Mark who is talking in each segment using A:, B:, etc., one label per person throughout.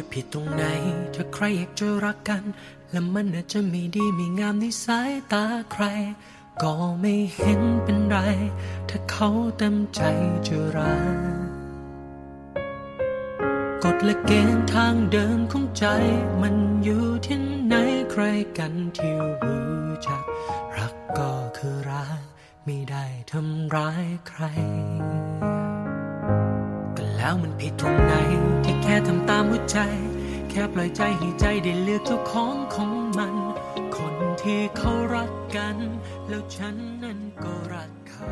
A: จะผิดตรงไหน ถ้าใครอยากจะรักกัน และมันอาจจะไม่ดีไม่งามในสายตาใคร ก็ไม่เห็นเป็นไร ถ้าเขาเต็มใจจะรัก กฎและเกณฑ์ทางเดินของใจ มันอยู่ที่ไหนใครกันที่รู้จัก รักก็คือรัก ไม่ได้ทำร้ายใคร ก็แล้วมันผิดตรงไหน ที่แค่ทำตามหัวใจ แค่ปล่อยใจให้ใจได้เลือกเจ้าของของมัน คนที่เขารักกัน แล้วฉันนั้นก็รักเขา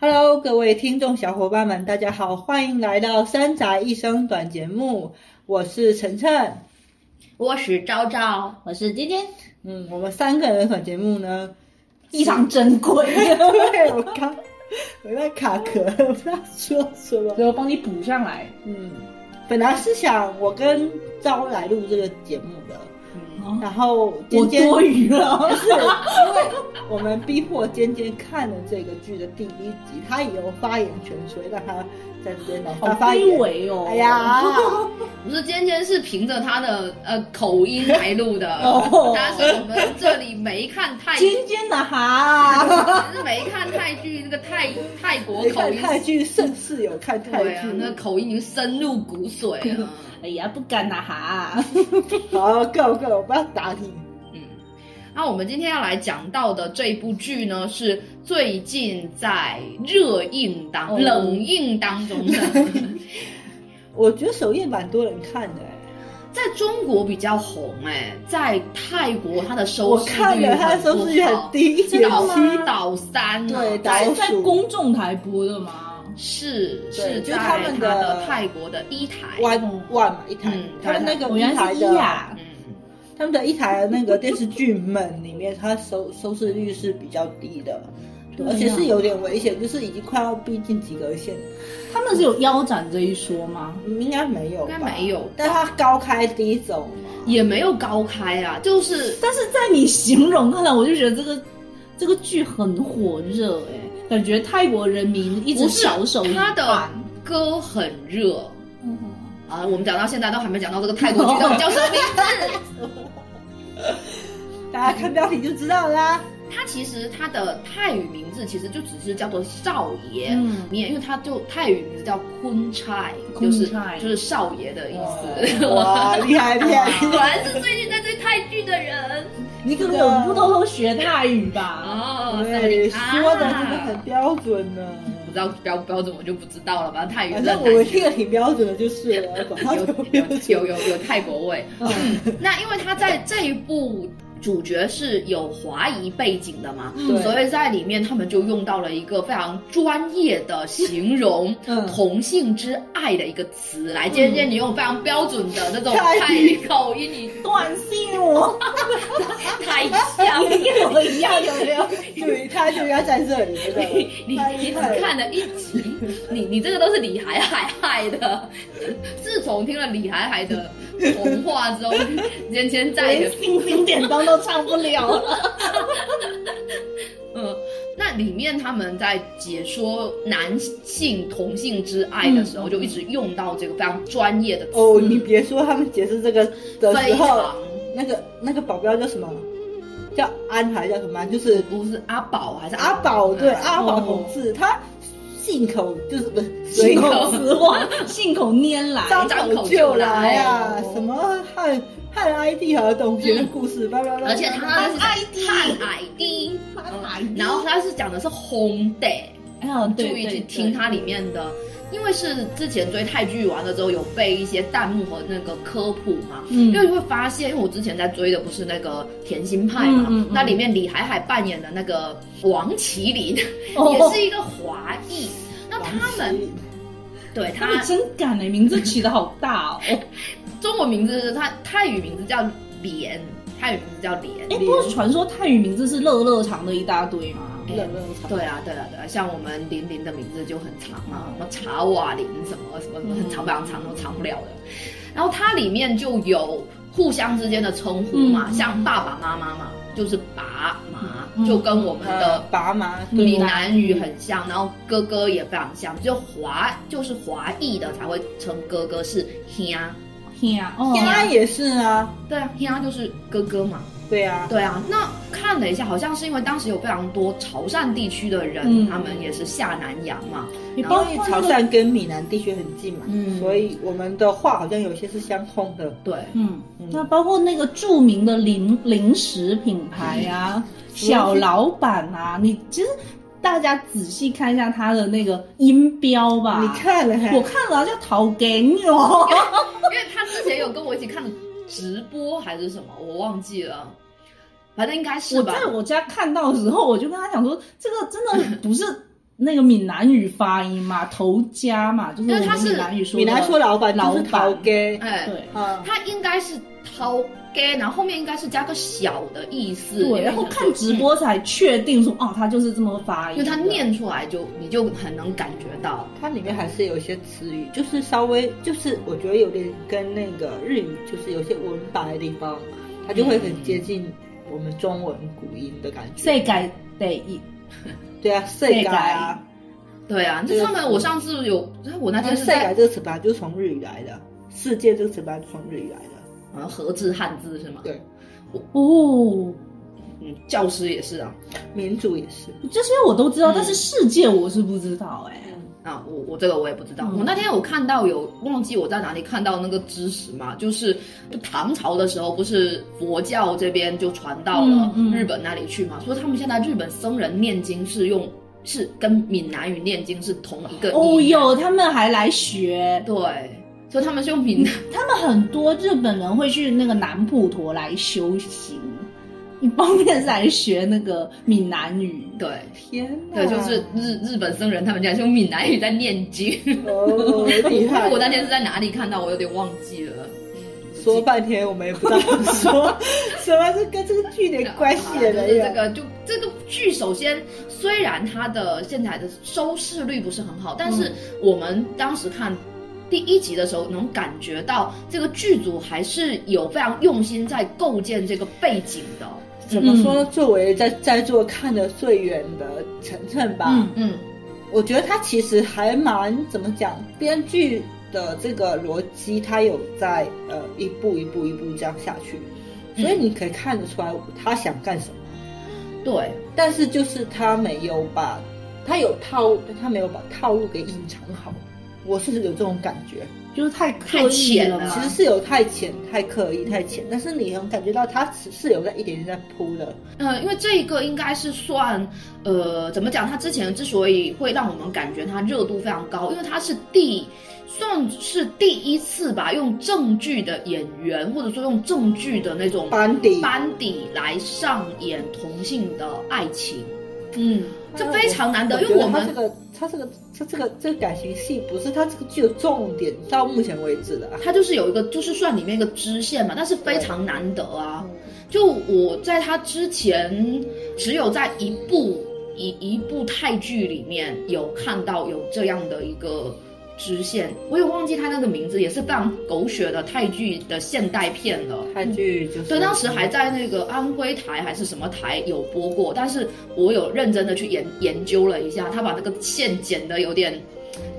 B: Hello，各位听众小伙伴们，大家好，欢迎来到《三宅一生》短节目，我是晨晨。
C: 我是昭昭，
D: 我是今天
B: 嗯，我们三个人的短节目呢，
D: 非常珍贵，
B: 对我刚我在卡壳，不知道说什么。
C: 我帮你补上来。
B: 嗯，本来是想我跟招来录这个节目的，
D: 哦
B: 然后
D: 我
B: 尖尖
D: 多余啊
B: 不
D: 了。
B: 是因为我们逼迫尖尖看了这个剧的第一集，他也有发言权，所以让他在这边来
D: 好
B: 发发
D: 卑
B: 言。
D: 微哦！
B: 哎， 呀，
C: 我说尖尖是凭着他的呃口音来录的
D: 哦，
C: 但是我们这里没看泰，
D: 尖尖的哈，
C: 只是没看泰剧那个泰泰国
B: 没
C: 口
B: 看
C: 音，
B: 泰剧盛世有看泰
C: 对啊，那
B: 剧，
C: 口音已经深入骨髓 了。
D: 哎呀，不敢呐 哈。
B: 好够够，我不要打你。
C: 嗯，那我们今天要来讲到的这部剧呢，是最近在热映当、
D: 哦
C: 冷映当中 的，
B: 我觉得首页蛮多人看的、哎
C: 在中国比较红哎、在泰国它的收
B: 我
C: 视率
B: 看了他的收视率
C: 很不
B: 很
C: 好
B: 低，一
D: 真
B: 点
D: 的
C: 倒
D: 吗
B: 七
C: 一倒三啊呢、
B: 对
D: 在
B: 老
D: 在
B: 鼠
D: 公众台播的吗？
C: 是
B: 对
C: 是
B: 就是
C: 在
B: 他们
C: 它
B: 的
C: 的泰国的一台，
B: 万万嘛一台
C: 嗯，
B: 他们那个
D: 我原来
B: 台
D: 是
B: 的
D: 一，啊呀，
C: 嗯，
B: 他们的一台的那个电视剧们里面，它收收视率是比较低的，
D: 对
B: 而且是
D: 呀
B: 有点危险，就是已经快要逼近及格线，
D: 他们是有腰斩这一说吗？
B: 嗯应该没有，
C: 应该没，有，
B: 但它高开低走嘛，
C: 也没有高开啊，就是
D: 但是在你形容看来，我就觉得这个这个剧很火热哎、感觉泰国人民一直
C: 不是
D: 小手一
C: 它的
D: 办。
C: 歌很热。
D: 嗯
C: 啊，我们讲到现在都还没讲到这个泰国剧到底叫什么名字。
B: 大家看标题就知道啦。
C: 它其实它的泰语名字其实就只是叫做少爷，
D: 嗯
C: 你也因为它就泰语名字叫坤差，
D: 坤
C: 就是
D: 差
C: 就是少爷的意思。
B: 哇，厉害厉 害！
C: 果然是最近在追泰剧的人
D: 你可能有不偷偷学泰语吧？
C: 哦，
B: 对，
C: 萨瓦
B: 说
C: 迪
B: 的真
C: 卡
B: 的很标准呢。
C: 不知道标标准我就不知道了，反正泰语
B: 反
C: 真
B: 正
C: 的很
B: 我
C: 难
B: 们听的挺标准的， 就是了，管他有没有
C: 有有有有泰国味。那因为他在这一部主角是有华裔背景的嘛，
B: 对
C: 所以在里面他们就用到了一个非常专业的形容
B: 嗯
C: 同性之爱的一个词来。今天你用非常标准的那种
B: 泰
C: 泰
B: 语
C: 语口音，你
D: 短信我，
C: 太像了。
D: 一模一样，有没有？
B: 对，他就要在这 里，知道吗？
C: 你
B: 太
C: 你
B: 厉
C: 只
B: 害了
C: 看了一集，你你这个都是李海海害的。自从听了李海海的童话之后，今天再也
D: 连星星点灯都唱不了 了。
C: 嗯，那里面他们在解说男性同性之爱的时候，就一直用到这个非常专业的词，
B: 嗯哦，你别说，他们解释这个的时
C: 非
B: 候
C: 常，
B: 那个那个保镖叫什么？叫安还是叫什么？就是
C: 不是阿宝还是
B: 阿宝，对
C: 啊
B: 阿宝同志，他信口就是不是
D: 信
B: 随
D: 口
B: 口
D: 雌黄， 信口拈来。
B: 张口就来啊
D: 张口就来，
B: 什么汉汉 ID 和董学的故事，叭叭叭。
C: 而且他是
D: 汉 ID
C: 汉 ID，
D: 汉 ID
C: 然后他是讲的是 home day，
D: 哎呀，
C: 注意
D: 对对
C: 去
D: 对，
C: 听它里面的，因为是之前追泰剧完了之后有背一些弹幕和那个科普嘛，
D: 嗯
C: 因为你会发现，因为我之前在追的不是那个甜心派嘛，
D: 嗯嗯嗯
C: 那里面李海海扮演的那个王麒麟、
D: 哦
C: 也是一个华裔，那他们对
D: 他
C: 他
D: 们真敢哎，名字起的好大 哦。
C: 中文名字是他泰语名字叫莲，泰语名字叫莲。
D: 哎，不过传说泰语名字是乐乐长的一大堆嘛。
B: 冷冷场，
C: 对啊，对啊，对啊，像我们玲玲的名字就很长啊，什么查瓦林什么什么什
D: 嗯
C: 么，很长非常长都长不了的。然后它里面就有互相之间的称呼嘛，
D: 嗯
C: 像爸爸妈妈嘛，就是爸妈，就跟我们
B: 呃
C: 的，
B: 爸妈
D: 嗯
C: 闽南语很像，然后哥哥也非常像，就华就是华裔的才会称哥哥是兄，
D: 天啊，哦，
B: 家也是啊，
C: 对啊，兄就是哥哥嘛，
B: 对啊，
C: 对啊。那看了一下，好像是因为当时有非常多潮汕地区的人，
D: 嗯
C: 他们也是下南洋嘛，
D: 你
B: 因
D: 包
B: 为
D: 括
B: 潮
D: 那个，
B: 汕跟闽南地区很近嘛，
C: 嗯
B: 所以我们的话好像有些是相通的。
C: 对，
D: 嗯
B: 嗯，
D: 那包括那个著名的零零食品牌啊，小老板啊，你其实大家仔细看一下它的那个音标吧，
B: 你。看了还
D: 我看了叫陶给哦，
C: 因为他之前有跟我一起看直播还是什么，我忘记了，反正应该是
D: 我
C: 吧。
D: 在我家看到的时候，我就跟他讲说，这个真的不是那个闽南语发音嘛，头家嘛，就是
C: 因
D: 我
C: 为它
D: 们
C: 是
D: 闽南语说
B: 闽
D: 的
B: 南说老板就是
D: 老
B: 陶
D: 板
B: 给，
C: 哎，
D: 对，
B: 啊，
C: 他应该是掏 gay，然后后面应该是加个小的意思。因为
D: 对，然后看直，播才确定说，哦，他就是这么发
C: 因
D: 音
C: 为
D: 的，
C: 他念出来就你就很能感觉到。
B: 它里面还是有一些词语，就是稍微就是我觉得有点跟那个日语就是有些文法的地方，它就会很接近我们中文古音的感觉。
D: 世界第一，
B: 对啊，世改啊，
C: 对啊，
B: 对
C: 就他们，我上次有，哎我那
B: 那
C: 天
B: 世
C: 是
B: 改
C: 在
B: 这个词本来就是从日语来的，世界这个词本来就从日语来的。
C: 好像合字呃汉字是吗？
B: 对，
D: 哦，
C: 嗯，教师也是啊。
B: 民主也是，
D: 这些我都知道，
C: 嗯
D: 但是世界我是不知道哎、
C: 啊，我我这个我也不知道。
D: 嗯
C: 我那天我看到有忘记我在哪里看到那个知识嘛，就是就唐朝的时候，不是佛教这边就传到了
D: 嗯嗯
C: 日本那里去嘛，所以他们现在日本僧人念经是用是跟闽南语念经是同一个
D: 哦
C: 意思
D: 有，他们还来学，
C: 对，所以他们是用闽南
D: 他们很多日本人会去那个南普陀来修行，一方面是来学那个闽南语
C: 对
B: 天哪！
C: 对，就是日日本僧人他们家是用闽南语在念经。
B: 哦，厉 害！
C: 我那天是在哪里看到，我有点忘记了。嗯
B: 说半天我们也不知道怎么说，什么是跟这个剧点关系的
C: 啊就是这
B: 人呀？
C: 个，就这个剧，首先虽然它的现在的收视率不是很好，但
B: 嗯
C: 是我们当时看。第一集的时候，能感觉到这个剧组还是有非常用心在构建这个背景的。
B: 怎么说呢？作为在在座看得最远的晨晨吧，
D: 嗯
C: 嗯，
B: 我觉得他其实还蛮怎么讲，编剧的这个逻辑，他有在呃一步一步一步这样下去，所以你可以看得出来他想干什么，
C: 对，
B: 但是就是他没有把，他有套路，但他没有把套路给隐藏好，我是有这种感觉，
D: 就是太
C: 太
D: 刻意
C: 浅
D: 了
C: 了
D: 嘛。
B: 其实是有太浅、太刻意、太浅，但是你能感觉到他是是有在一点点在铺的，
C: 呃，因为这一个应该是算，呃，怎么讲？它之前之所以会让我们感觉它热度非常高，因为它是第算是第一次吧，用正剧的演员，或者说用正剧的那种
B: 班底
C: 班底来上演同性的爱情，
D: 嗯，
C: 这非常难得，
B: 我
C: 啊因
B: 觉
C: 为
B: 得
C: 我
B: 他
C: 们
B: 这个，他这个，他这个这个感情戏不是他这个剧的重点，到目前为止的啊。
C: 它就是有一个，就是算里面一个支线嘛，但是非常难得
B: 嗯
C: 啊。就我在他之前，只有在一部一一部泰剧里面有看到有这样的一个支线，我也忘记他那个名字，也是非常狗血的泰剧的现代片了。
B: 泰剧就是
C: 对，当时还在那个安徽台还是什么台有播过，但是我有认真的去研研究了一下，他把那个线剪的有点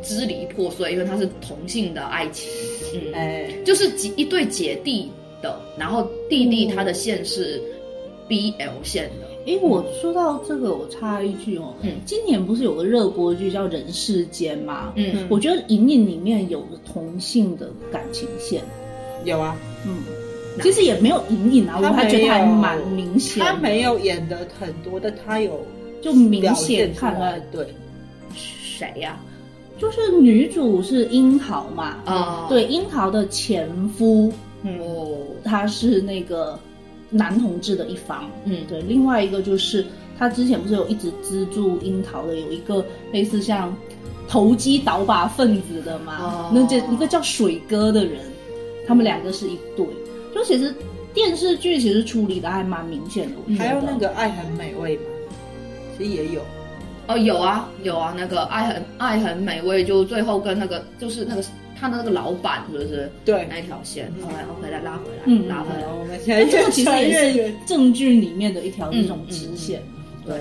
C: 支离破碎，因为它是同性的爱情，嗯，
B: 哎，
C: 就是几一对姐弟的，然后弟弟他的线是 BL 线的，
D: 诶，哎我说到这个，我插一句哦，
C: 嗯
D: 今年不是有个热播剧叫《人世间》吗？
C: 嗯，
D: 我觉得《隐隐》里面有同性的感情线，
B: 有啊，
D: 嗯，其实也没有隐隐啊，
B: 他
D: 我还觉
B: 没
D: 得
B: 有
D: 还蛮明显的，
B: 他没有演的很多，但他有
D: 就明
B: 表
D: 显
B: 现出
D: 看出
B: 来
D: 来，。
B: 对，
C: 谁呀、
D: 就是女主是樱桃嘛，
B: 哦
C: 啊？
D: 哦对，樱桃的前夫
C: 哦，
D: 他是那个男同志的一方，
C: 嗯，
D: 对，另外一个就是他之前不是有一直资助樱桃的有一个类似像投机倒把分子的嘛，
C: 哦
D: 那这一个叫水哥的人，他们两个是一对，就其实电视剧其实处理的还蛮明显的，我觉得
B: 还有那个《爱很美味》嘛，其实也有，
C: 哦，有啊，有啊，那个爱很爱很美味，就最后跟那个就是那个他的那个老板是不是
B: 对。
C: 那一条线？OK OK，再拉回来，
D: 嗯
C: 拉回来。
B: 我们现在
D: 这个其实
B: 越
D: 也
B: 越
D: 是
B: 远，
C: 嗯
D: 证据里面的一条这种支线。
C: 对，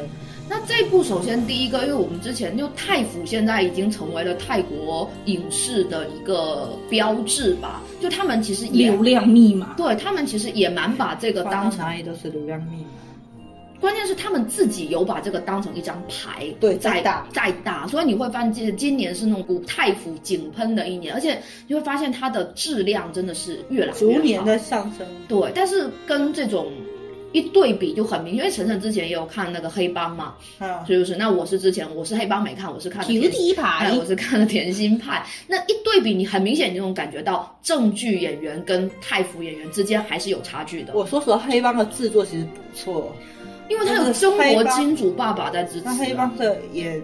C: 那这部首先第一个，因为我们之前就泰服现在已经成为了泰国影视的一个标志吧，就他们其实也
D: 流量密码，
C: 嗯对他们其实也蛮把这个
B: 放
C: 当
B: 到
C: 成
B: 哪，里都是流量密码。
C: 关键是他们自己有把这个当成一张牌，
B: 对
C: 在
B: 再大
C: 再大，所以你会发现今年是那种古泰服井喷的一年，而且你会发现它的质量真的是越来
B: 逐
C: 越
B: 年
C: 好。
B: 的上升，
C: 对，但是跟这种一对比就很明显，因为晨晨之前也有看那个黑帮嘛，
B: 啊，
C: 就是那我是之前我是黑帮没看，我是看的
D: 皮
C: 甜
D: 皮
C: 哎，
D: 牌
C: 我，是看了甜心派，那一对比，你很明显你就能感觉到正剧演员跟泰服演员之间还是有差距的，
B: 我说实话，黑帮的制作其实不错，
C: 因为他有中
B: 那
C: 国
B: 黑帮
C: 金主爸爸在支持
B: 那
C: 啊。
B: 黑帮的演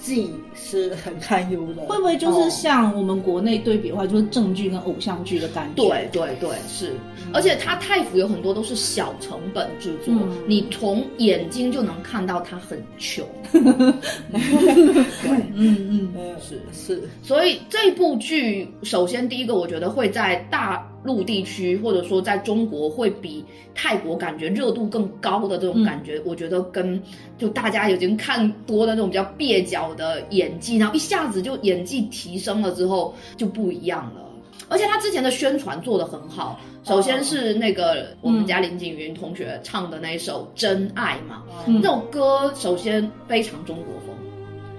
B: 技是很堪忧的。
D: 会 不会
C: 哦
D: 就是像我们国内对比的话，就是正剧跟偶像剧的感觉？
C: 对对对，是，而且他泰服有很多都是小成本制作，
D: 嗯
C: 你从眼睛就能看到他很穷。对，
D: 嗯嗯，
B: 呃
C: 是
B: 是，
C: 所以这部剧，首先第一个，我觉得会在大陆地区或者说在中国会比泰国感觉热度更高的这种感觉，我觉得跟就大家已经看多的那种比较蹩脚的演技，然后一下子就演技提升了之后就不一样了。而且他之前的宣传做得很好，首先是那个我们家林景云同学唱的那一首《真爱》嘛，
D: 嗯
C: 那首歌首先非常中国风。
D: 嗯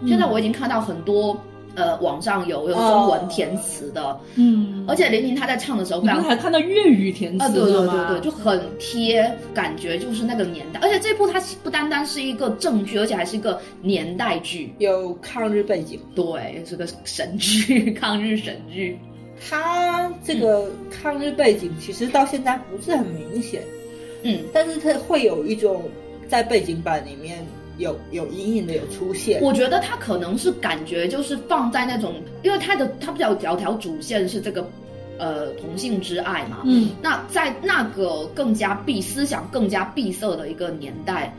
C: 现在我已经看到很多呃网上有有中文填词的，
D: 嗯，
C: 而且林宁她在唱的时候非
D: 哦你不
C: 常
D: 是还看到粤语填
C: 啊，
D: 词
C: 对对
D: 了吗？
C: 对对，就很贴，感觉就是那个年代。而且这部它不单单是一个正剧，而且还是一个年代剧，
B: 有抗日背景。
C: 对，是个神剧， 抗日神剧。
B: 他这个抗日背景其实到现在不是很明显，
C: 嗯，
B: 但是他会有一种在背景板里面有有隐隐的有出现。
C: 我觉得他可能是感觉就是放在那种，因为他的他比较有条条主线是这个呃同性之爱嘛，
D: 嗯，
C: 那在那个更加闭思想更加闭塞的一个年代，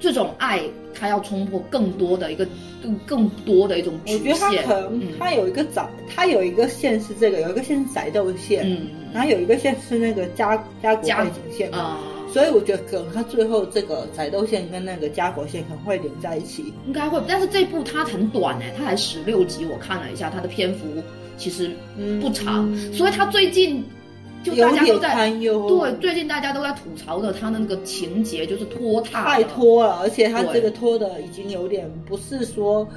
C: 这种爱它要冲破更多的一个更更多的一种
B: 我
C: 局
B: 觉得他
C: 限。
B: 可能
C: 嗯
B: 他有一个窄，他有一个线是这个，有一个线是宅斗线，
C: 嗯
B: 然后有一个线是那个家家国
C: 家
B: 背景线嘛
C: 啊、
B: 所以我觉得可能他最后这个宅斗线跟那个家国线可能会连在一起。
C: 应该会，但是这部它很短哎、它才十六集，我看了一下，它的篇幅其实不长，
B: 嗯
C: 所以它最近就
B: 有
C: 大家都
B: 点
C: 在
B: 堪忧，
C: 对，，最近大家都在吐槽的他那个情节就是拖沓，
B: 太，拖了，而且他
C: 对
B: 这个拖的已经有点不是说，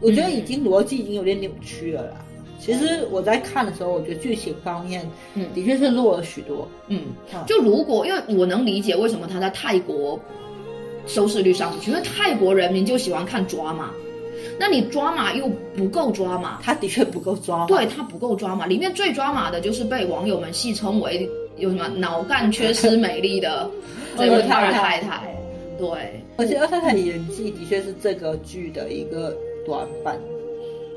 B: 我觉得已经逻辑已经有点扭曲了啦。其实我在看的时候，我觉得剧情方面
C: 嗯
B: 的确是弱了许多。
C: 嗯
B: 啊，
C: 就如果因为我能理解为什么他在泰国收视率上去，因为泰国人民就喜欢看抓马，那你抓马又不够抓马，
B: 他的确不够抓，
C: 对，他不够抓马，里面最抓马的就是被网友们戏称为有什么脑干缺失美丽的这位二太太，对
B: 而且二太太演技的确是这个剧的一个短板。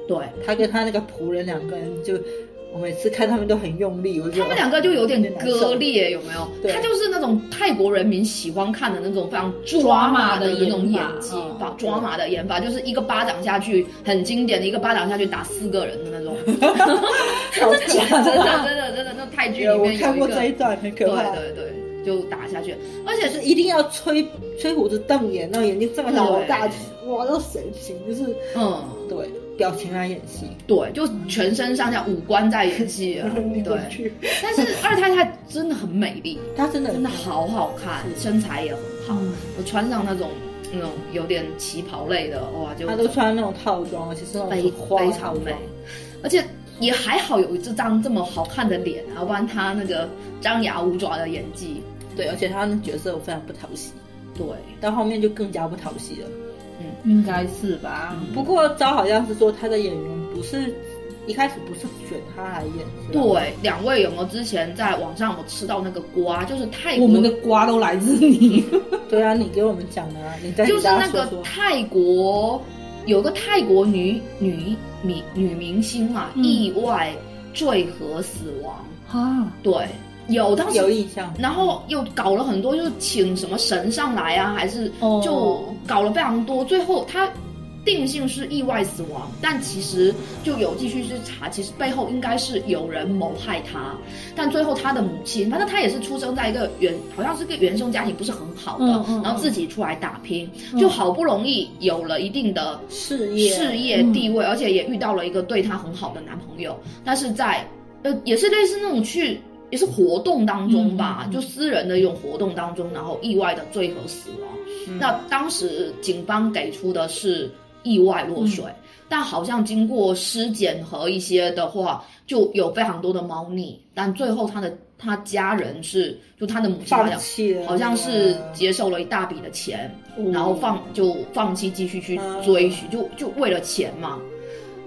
C: 对。
B: 他跟他那个仆人两个人就，我每次看他们都很用力，我觉得
C: 他们两个就有点割裂，有没有？
B: 对
C: 他就是那种泰国人民喜欢看的那种非常抓马的那种演技
D: 抓马的演，法
C: 把抓马的演法，就是一个巴掌下去，很经典的一个巴掌下去打四个人的那种。
B: 好假
C: 真的真的真的，那泰剧里
B: 有我
C: 面有
B: 看
C: 一
B: 过
C: 个，
B: 这一
C: 对
B: 段，很可怕。
C: 对对，就打下去，而且
B: 就是
C: 是
B: 一定要吹吹胡子瞪眼，那眼睛这么老大，
C: 对
B: 哇，那神情就是
C: 嗯。
B: 对表情来演戏，
C: 对，就全身上下五官在演戏啊
B: 你，
C: 对
B: 过。去，
C: 但是二太太真的很美丽，
B: 他真的
C: 真的好好看，身材也很好。我穿上那种那种有点旗袍类的，哇，就
B: 他都穿那种套装，而且是那
C: 非
B: 种花
C: 非
B: 套
C: 常美
B: 装，，
C: 而且也还好有这张这么好看的脸啊，要不然她那个张牙舞爪的演技，
B: 对，而且他那角色我非常不讨喜，
C: 对，
B: 到后面就更加不讨喜了。
D: 应该是吧。
B: 不过招好像是说他的演员不是一开始不是选他来演，是吧，
C: 对，两位有没有之前在网上我吃到那个瓜，就是泰国
D: 我们的瓜都来自 你，
B: 对啊，你给我们讲的啊，你再给
C: 就是
B: 大
C: 那
B: 家说
C: 个
B: 说。
C: 泰国有个泰国女女女女明星嘛，
D: 嗯
C: 意外坠河死亡。
D: 啊，
C: 对，有当
B: 有
C: 时，
B: 印象，
C: 然后又搞了很多，就是请什么神上来啊，还是
D: 哦
C: 就搞了非常多。最后她定性是意外死亡，但其实就有继续去查，其实背后应该是有人谋害他，但最后他的母亲，反正他也是出生在一个原，好像是个原生家庭不是很好的，
D: 嗯嗯
C: 然后自己出来打拼，就好不容易有了一定的
B: 事业
C: 事业地位，而且也遇到了一个对她很好的男朋友，但是在呃也是类似那种去也是活动当中吧，
D: 嗯嗯嗯
C: 就私人的一种活动当中，然后意外的坠河死亡。那当时警方给出的是意外落水，但好像经过尸检和一些的话，就有非常多的猫腻，但最后他的他家人是就他的母亲好
B: 放
C: 像
B: 弃了，
C: 好像是接受了一大笔的钱，
B: 嗯
C: 然后放就放弃继续去追寻，就就为了钱嘛，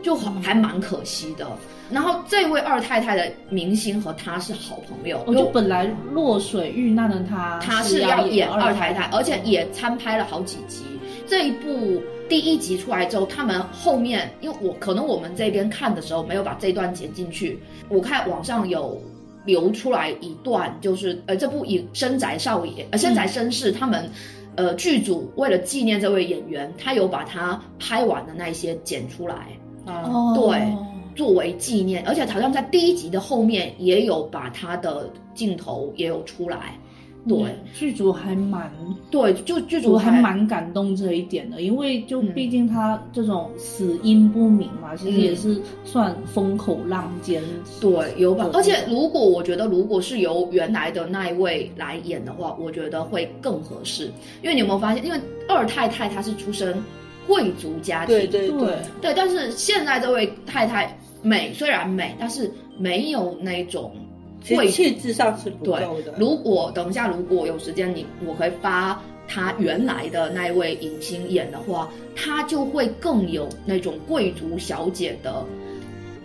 C: 就好还蛮可惜的。然后这位二太太的明星和她是好朋友，
D: 哦我就本来落水遇难的他，
C: 她啊是
D: 是
C: 要演二太
D: 胎
C: 太，而且也参拍了好几集。这一部第一集出来之后，他们后面因为我可能我们这边看的时候没有把这段剪进去，我看网上有。流出来一段，就是呃，这部以深宅少爷、呃
D: 嗯
C: 深宅绅士他们，呃，剧组为了纪念这位演员，他有把他拍完的那一些剪出来，
B: 啊，
D: 哦，
C: 对作为纪念，而且好像在第一集的后面也有把他的镜头也有出来，对、
D: 嗯剧组还蛮
C: 对，就剧组
D: 我还蛮感动这一点的，因为就
C: 嗯
D: 毕竟他这种死因不明嘛，其实也是算风口浪尖。
C: 对有吧
D: 对，
C: 而且如果我觉得如果是由原来的那一位来演的话，我觉得会更合适，因为你有没有发现，因为二太太她是出身贵族家庭，
B: 对对
D: 对
B: 对，
C: 对，但是现在这位太太美虽然美，但是没有那种
B: 其
C: 贵
B: 实
C: 族
B: 气质上是不够的。
C: 如果等一下，如果有时间你，我可以发他原来的那一位影星演的话，他就会更有那种贵族小姐的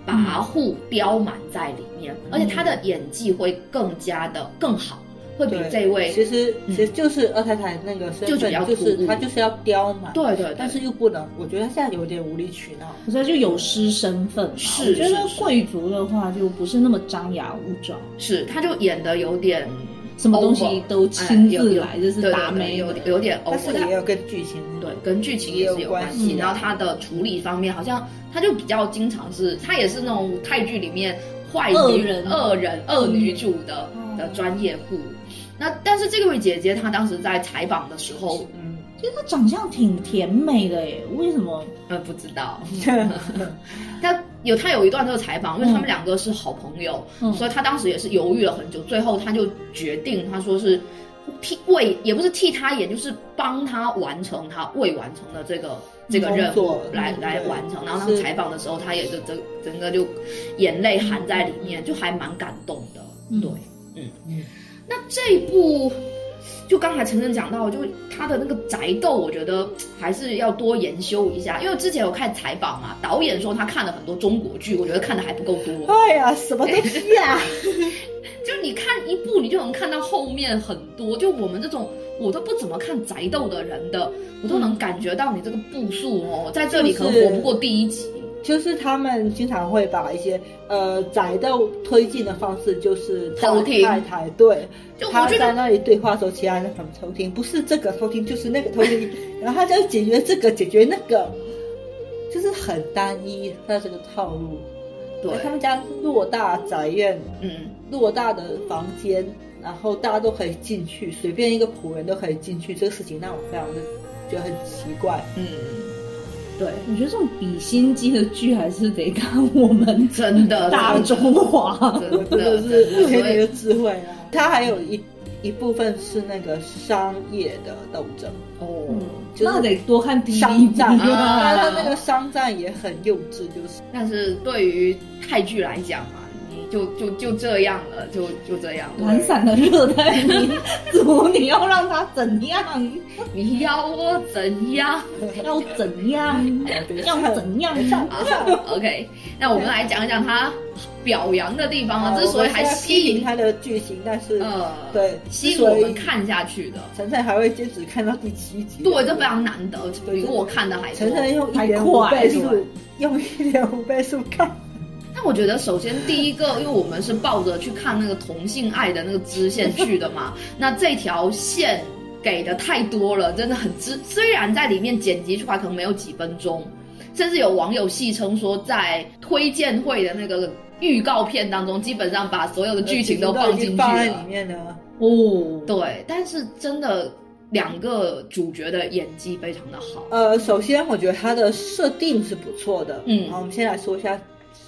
C: 跋扈刁蛮在里面，
B: 嗯
C: 而且他的演技会更加的更好，会比
B: 对
C: 这位
B: 其实
C: 嗯
B: 其实就是二太太那个身
C: 就比较
B: 份，
C: 突兀
B: 就是她就是要刁蛮，
C: 对哦对对，
B: 但是又不能，我觉得她现在有点无理取闹。
D: 可是就有失身份嘛，
C: 是
D: 我觉得
C: 是是
D: 贵族的话就不是那么张牙舞爪，
C: 是他就演的有点
D: 什么东西
C: over，哎
D: 都亲自来，这是达
C: 对对对
D: 美
C: 有有点
B: 但是
C: over，
B: 也有跟剧情
C: 对，跟剧情也是有关
B: 也有关
C: 系。啊
B: 系
C: 然后他的处理方面，好像他就比较经常是，他也是那种泰剧里面坏女
D: 恶人
C: 恶人、恶女主的、
D: 嗯
C: 的专业户。那但是这位姐姐她当时在采访的时候，
B: 嗯，
D: 其实她长相挺甜美的耶，为什么？
C: 呃，不知 道， 她有她有一段这个采
B: 嗯
C: 访，因为他们两个是好朋友，
D: 嗯
C: 所以她当时也是犹豫了很久，最后她就决定，她说是替为也不是替她演，就是帮她完成她未完成的这个这个任
B: 嗯工
C: 务
B: 作
C: 来
B: 嗯
C: 来
B: 对
C: 完成。然后他们
B: 是
C: 采访的时候，她也就整整个就眼泪含在里面，就还蛮感动的。
D: 嗯
C: 对，
B: 嗯
C: 那这一部。就刚才晨晨讲到，就他的那个宅斗，我觉得还是要多研究一下，因为之前有看采访嘛，导演说他看了很多中国剧，我觉得看的还不够多。
B: 哎呀，什么东西啊呀？
C: 就你看一部，你就能看到后面很多。就我们这种我都不怎么看宅斗的人的，我都能感觉到你这个步数哦，在这里可能活不过第一集。
B: 就是他们经常会把一些呃宅斗推进的方式，就是
C: 偷听
B: 太太对，
C: 就我
B: 他
C: 觉
B: 在
C: 得
B: 那里对话的时候，其他人很偷听，不是这个偷听就是那个偷听，然后他就解决这个解决那个，就是很单一他这个套路。
C: 对，
B: 他们家偌大宅院，
C: 嗯，
B: 偌大的房间，然后大家都可以进去，随便一个仆人都可以进去，这个事情让我非常的觉得很奇怪。
C: 嗯，对，
D: 我觉得这种比心机的剧还是得看我们
C: 真的
D: 大中华。
C: 真
B: 我
C: 的
B: 真的是
C: 真
B: 佩
C: 的所
B: 服你
C: 以
B: 的智慧啊！它还有一一部分是那个商业的斗争，嗯
C: 哦。
B: 就是
D: 那得多看第一
B: 商
D: 集
B: 战，
C: 啊
B: 但它那个商战也很幼稚，就是
C: 但是对于泰剧来讲嘛，你就就就这样了，就就这样。
D: 懒散的热带民族，你要让他怎样？
C: 你要我怎样？
D: 要怎样？要怎样？
C: 啊，OK，那我们来讲一讲他表扬的地方 啊，
B: 呃
C: 之所以还
B: 我们虽然
C: 吸
B: 批评
C: 引
B: 它的剧情，但是
C: 呃，
B: 对
C: 吸引
B: 之所
C: 我
B: 以
C: 们看下去的。
B: 晨晨还会坚持看到第七集，
C: 对，这非常难得，比
B: 对
C: 我看的还
B: 晨晨
C: 多。
B: 用一
D: 还
B: 点五
D: 快
B: 倍
D: 是
B: 速
D: 吧，
B: 用一点五倍速看，
C: 那我觉得，首先第一个，因为我们 是抱着去看那个同性爱的那个支线去的嘛，那这条线。给的太多了，真的很知。虽然在里面剪辑出来可能没有几分钟，甚至有网友戏称说，在推荐会的那个预告片当中，基本上把所有的剧情都放
B: 已
C: 进
B: 经
C: 去
B: 放在里
C: 了。
B: 面了。
D: 哦，
C: 对，但是真的两个主角的演技非常的好。
B: 呃，首先我觉得它的设定是不错的，
C: 嗯
B: 好，我们先来说一下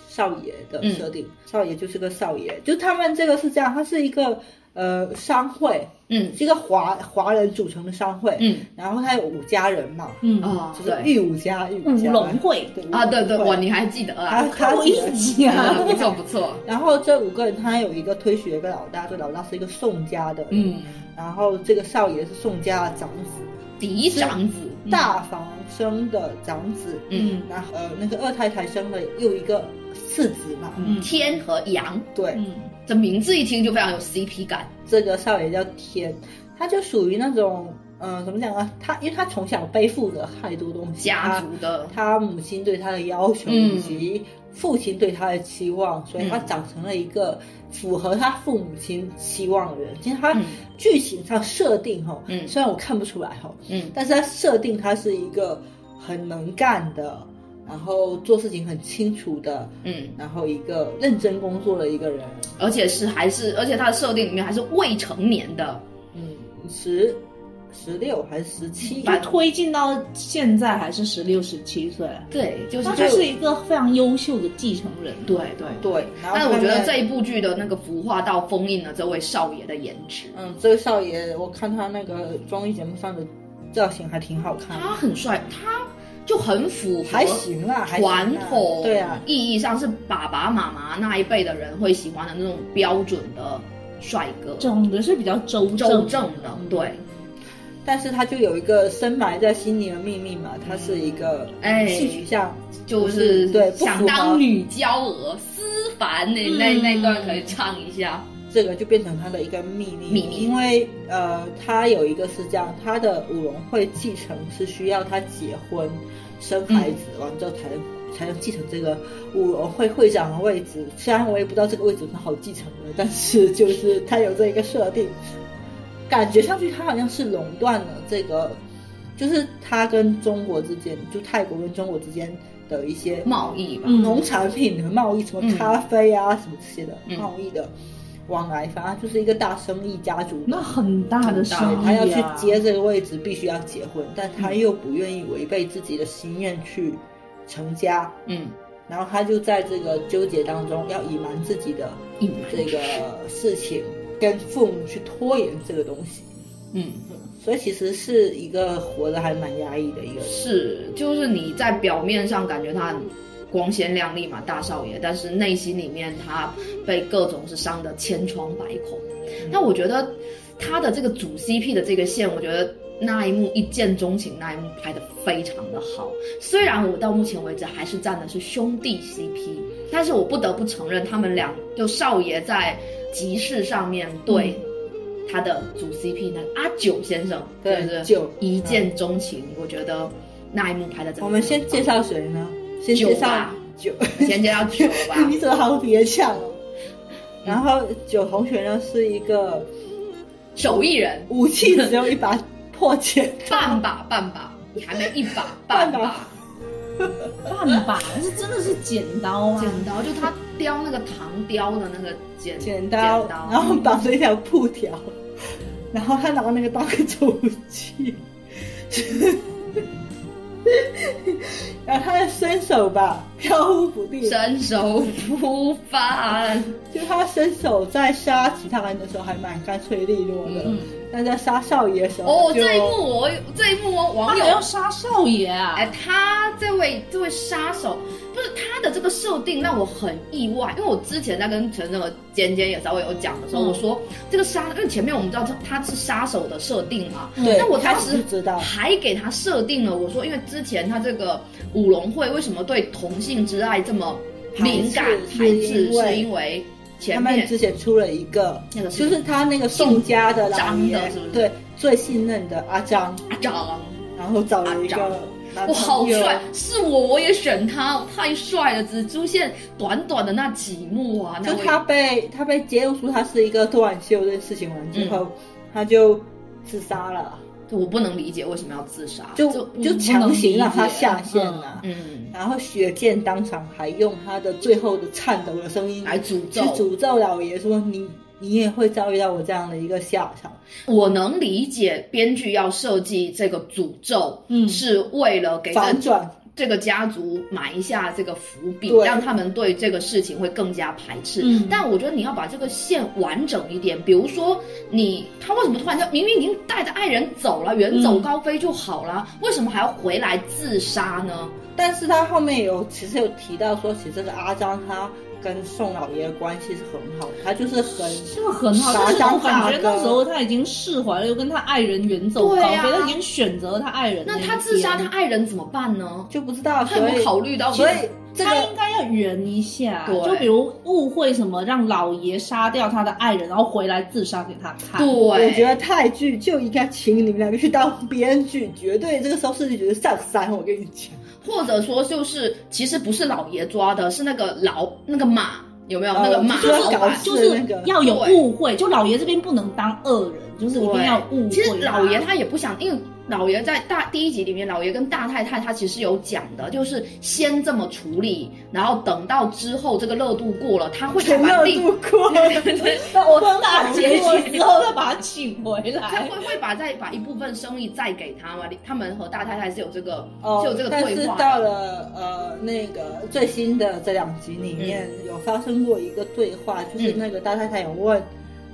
B: 少爷的设定。少爷就是个少爷，就他们这个是这样，它是一个呃商会，
C: 嗯
B: 是一个华华人组成的商会，
C: 嗯
B: 然后它有五家人嘛，
D: 嗯
C: 啊，
B: 就是
C: 对
B: 御五家、御
D: 舞
B: 家
D: 龙会
B: 对
C: 啊，对对，
B: 御龙
C: 哇，
B: 会
C: 你还记得啊 嗯
B: 他？他
D: 我一集啊，
C: 不错不错，
B: 然后这五个人，他有一个推举一个老大，这老大是一个宋家的，，
C: 嗯，
B: 然后这个少爷是宋家的长子，
C: 嫡长子，
B: 大房生的长子，
C: 嗯
B: 然后呃那个二太太生的又一个次子嘛，
C: 嗯，天和阳，
B: 对，
D: 嗯
C: 这名字一听就非常有 CP 感。
B: 这个少爷叫天，他就属于那种，呃，怎么讲啊？他因为他从小背负着太多东西，
C: 家
B: 他
C: 族的，
B: 他母亲对他的要求
C: 嗯
B: 以及父亲对他的期望，所以他长成了一个符合他父母亲期望的人。其实他
C: 嗯
B: 剧情上设定哈，
C: 嗯
B: 虽然我看不出来哈，
C: 嗯
B: 但是他设定他是一个很能干的，然后做事情很清楚的，
C: 嗯，
B: 然后一个认真工作的一个人。
C: 而且是还是，而且它的设定里面还是未成年的，
B: 嗯，十十六还是十
C: 嗯
B: 七？
D: 他推进到现在还是十六十七岁，
C: 对，就是
D: 他就是一个非常优秀的继承人。
C: 对对。
B: 对，然后
C: 但我
B: 他
C: 觉得
B: 们
C: 这一部剧的那个服化道封印了这位少爷的颜值，
B: 嗯，这个少爷，我看他那个综艺节目上的造型还挺好看，
C: 他很帅，他就很符合
B: 还行啦，还行啦
C: 传统
B: 对啊，
C: 意义上是爸爸妈妈那一辈的人会喜欢的那种标准的帅哥，
D: 长得是比较周
C: 周
D: 正，
C: 正的，
B: 嗯
C: 对，
B: 但是他就有一个深埋在心里的秘密嘛，他是一个
C: 哎
B: 性取向，
C: 就是
B: 对不符合
C: 想当女娇娥思凡那那
D: 嗯
C: 那段可以唱一下，
B: 这个就变成他的一个秘密。
C: 秘密
B: 因为呃，他有一个是这样，他的舞龙会继承是需要他结婚生孩子完之后才能。才能继承这个舞龙会会长的位置，虽然我也不知道这个位置很好继承的，但是就是他有这一个设定，感觉上去他好像是垄断了这个，就是他跟中国之间，就泰国跟中国之间的一些
C: 贸易吧，
D: 嗯
B: 农产品的贸易，什
C: 嗯
B: 么咖啡啊、什么这些的
C: 嗯
B: 贸易的往来，反正就是一个大生意家族。
D: 那很大的生
C: 很
D: 意、
C: 大
B: 他
D: 啊、
B: 要去接这个位置，必须要结婚，但他又不愿意违背自己的心愿去成家，
C: 嗯，
B: 然后他就在这个纠结当中，要隐瞒自己的
C: 隐瞒
B: 这个事情，跟父母去拖延这个东西，
C: 嗯，
B: 所以其实是一个活得还蛮压抑的一个人。
C: 是，就是你在表面上感觉他很光鲜亮丽嘛，大少爷，但是内心里面他被各种是伤得千疮百孔。那我觉得他的这个主 CP 的这个线，我觉得那一幕一见钟情那一幕拍得非常的好。虽然我到目前为止还是站的是兄弟 CP，但是我不得不承认他们俩就少爷在集市上面对。
B: 嗯
C: 他的主 CP 呢？阿九先生，
B: 对
C: 就是
B: 九嗯
C: 一见钟情，我觉得那一幕拍的真的。
B: 我们先介，绍谁呢？先介
C: 酒
B: 绍
C: 吧
B: 九。
C: 先介绍九吧
B: 你。怎么好别呛
C: 啊
B: 哦？ 然后九同学呢是一个
C: 手艺人，
B: 武器只有一把破剑，
C: 半把半把，你还没一把
B: 半把
C: 把，
D: 办吧，是真的是剪刀啊，
C: 剪刀，就他雕那个糖雕的那个剪
B: 剪
C: 刀，
B: 刀，然后绑着一条布条， 然后他拿那个当个武器。 然后他的身手吧飘忽不定，
C: 伸手不凡。
B: 就他身手在杀其他人的时候还蛮干脆利落的，
C: 嗯
B: 但在杀少爷的时候
C: 哦，
B: 就
C: 这一幕我这一幕我
D: 他
C: 网
D: 还要
C: 友。
D: 杀少爷啊！
C: 哎，他这位这位杀手，就是他的这个设定让我很意外，因为我之前在跟陈正和尖尖也稍微有讲的时候，
D: 嗯
C: 我说这个杀，因为前面我们知道他他是杀手的设定嘛，
B: 对，
C: 那我
B: 他
C: 当时
B: 不知道，
C: 还给他设定了，我说因为之前他这个舞龙会为什么对同性之爱这么敏感
B: 排斥
C: 排斥，
B: 是因为
C: 是因为前
B: 他们
C: 面
B: 之前出了一个，
C: 那个
B: 就是是他那个宋家的老爷
C: 姓张的是不是
B: 对最信任的阿张，
C: 阿张，
B: 然后找了一
C: 阿张
B: 个男
C: 我好
B: 朋友
C: 帅，是我我也选他，我太帅了，只出现短短的那几幕啊，那
B: 就
C: 位
B: 他被他被揭露出他是一个脱完秀这件事情完之后，他就自杀了。
C: 嗯就我不能理解为什么要自杀，
B: 就就强行让他
D: 理解
B: 下线了、
C: 嗯
B: 然后雪见当场还用他的最后的颤抖的声音
C: 来诅
B: 去
C: 咒。
B: 诅咒老爷说你你也会遭遇到我这样的一个下场。
C: 我能理解编剧要设计这个诅咒，
D: 嗯
C: 是为了给
B: 反
C: 这
B: 转，
C: 这个家族埋下这个伏笔，
B: 对
C: 让他们对这个事情会更加排斥。
D: 嗯
C: 但我觉得你要把这个线完整一点，比如说你他为什么突然间明明已经带着爱人走了，远走
D: 嗯
C: 高飞就好了，为什么还要回来自杀呢？
B: 但是他后面有其实有提到说，其实这个阿张他跟宋老爷的关系是很好的，他就是很
D: 就很好，
B: 傻
D: 但是我
B: 张
D: 感
B: 大
D: 觉
B: 哥
D: 那时候他已经释怀了，又跟他爱人远走高飞，
C: 对啊
D: 他已经选择他
B: 嗯
D: 爱人一
C: 那
D: 边。
C: 他自杀，他爱人怎么办呢？
B: 就不知道，
C: 他
B: 所
C: 有没有
B: 以
C: 考虑到？
B: 所以这
D: 他应
B: 个
D: 该要圆一下，啊
C: 对
D: 就比如误会什么，让老爷杀掉他的爱人，然后回来自杀给他看。
C: 对，
B: 我觉得泰剧就应该请你们两个去当编剧，绝对这个收视率绝对上山，我跟你讲。
C: 或者说就是其实不是老爷抓的，是那个老那个马有没有、
B: 哦
C: 那个马
B: 就是
C: 老
B: 搞
C: 板？
B: 事
D: 就
B: 那
D: 是
B: 个
D: 要有
C: 对
D: 误会，就老爷这边不能当恶人，就是一定要误会。
C: 其实老爷他也不想，因为老爷在大第一集里面，老爷跟大太太他其实有讲的，就是先这么处理，然后等到之后这个热度过了，他会再
B: 全
C: 把
B: 热
C: 另
B: 度过了，
D: 我大结局之后再把他请回
C: 他
D: 来
C: 会。会把再把一部分生意再给他嘛？他们和大太太是有这个、
B: 哦
C: 是有这个
B: 但
C: 对
B: 是
C: 话的。
B: 到了呃那个最新的这两集里面，有发生过一个对话，就是
C: 嗯
B: 那个大太太有问，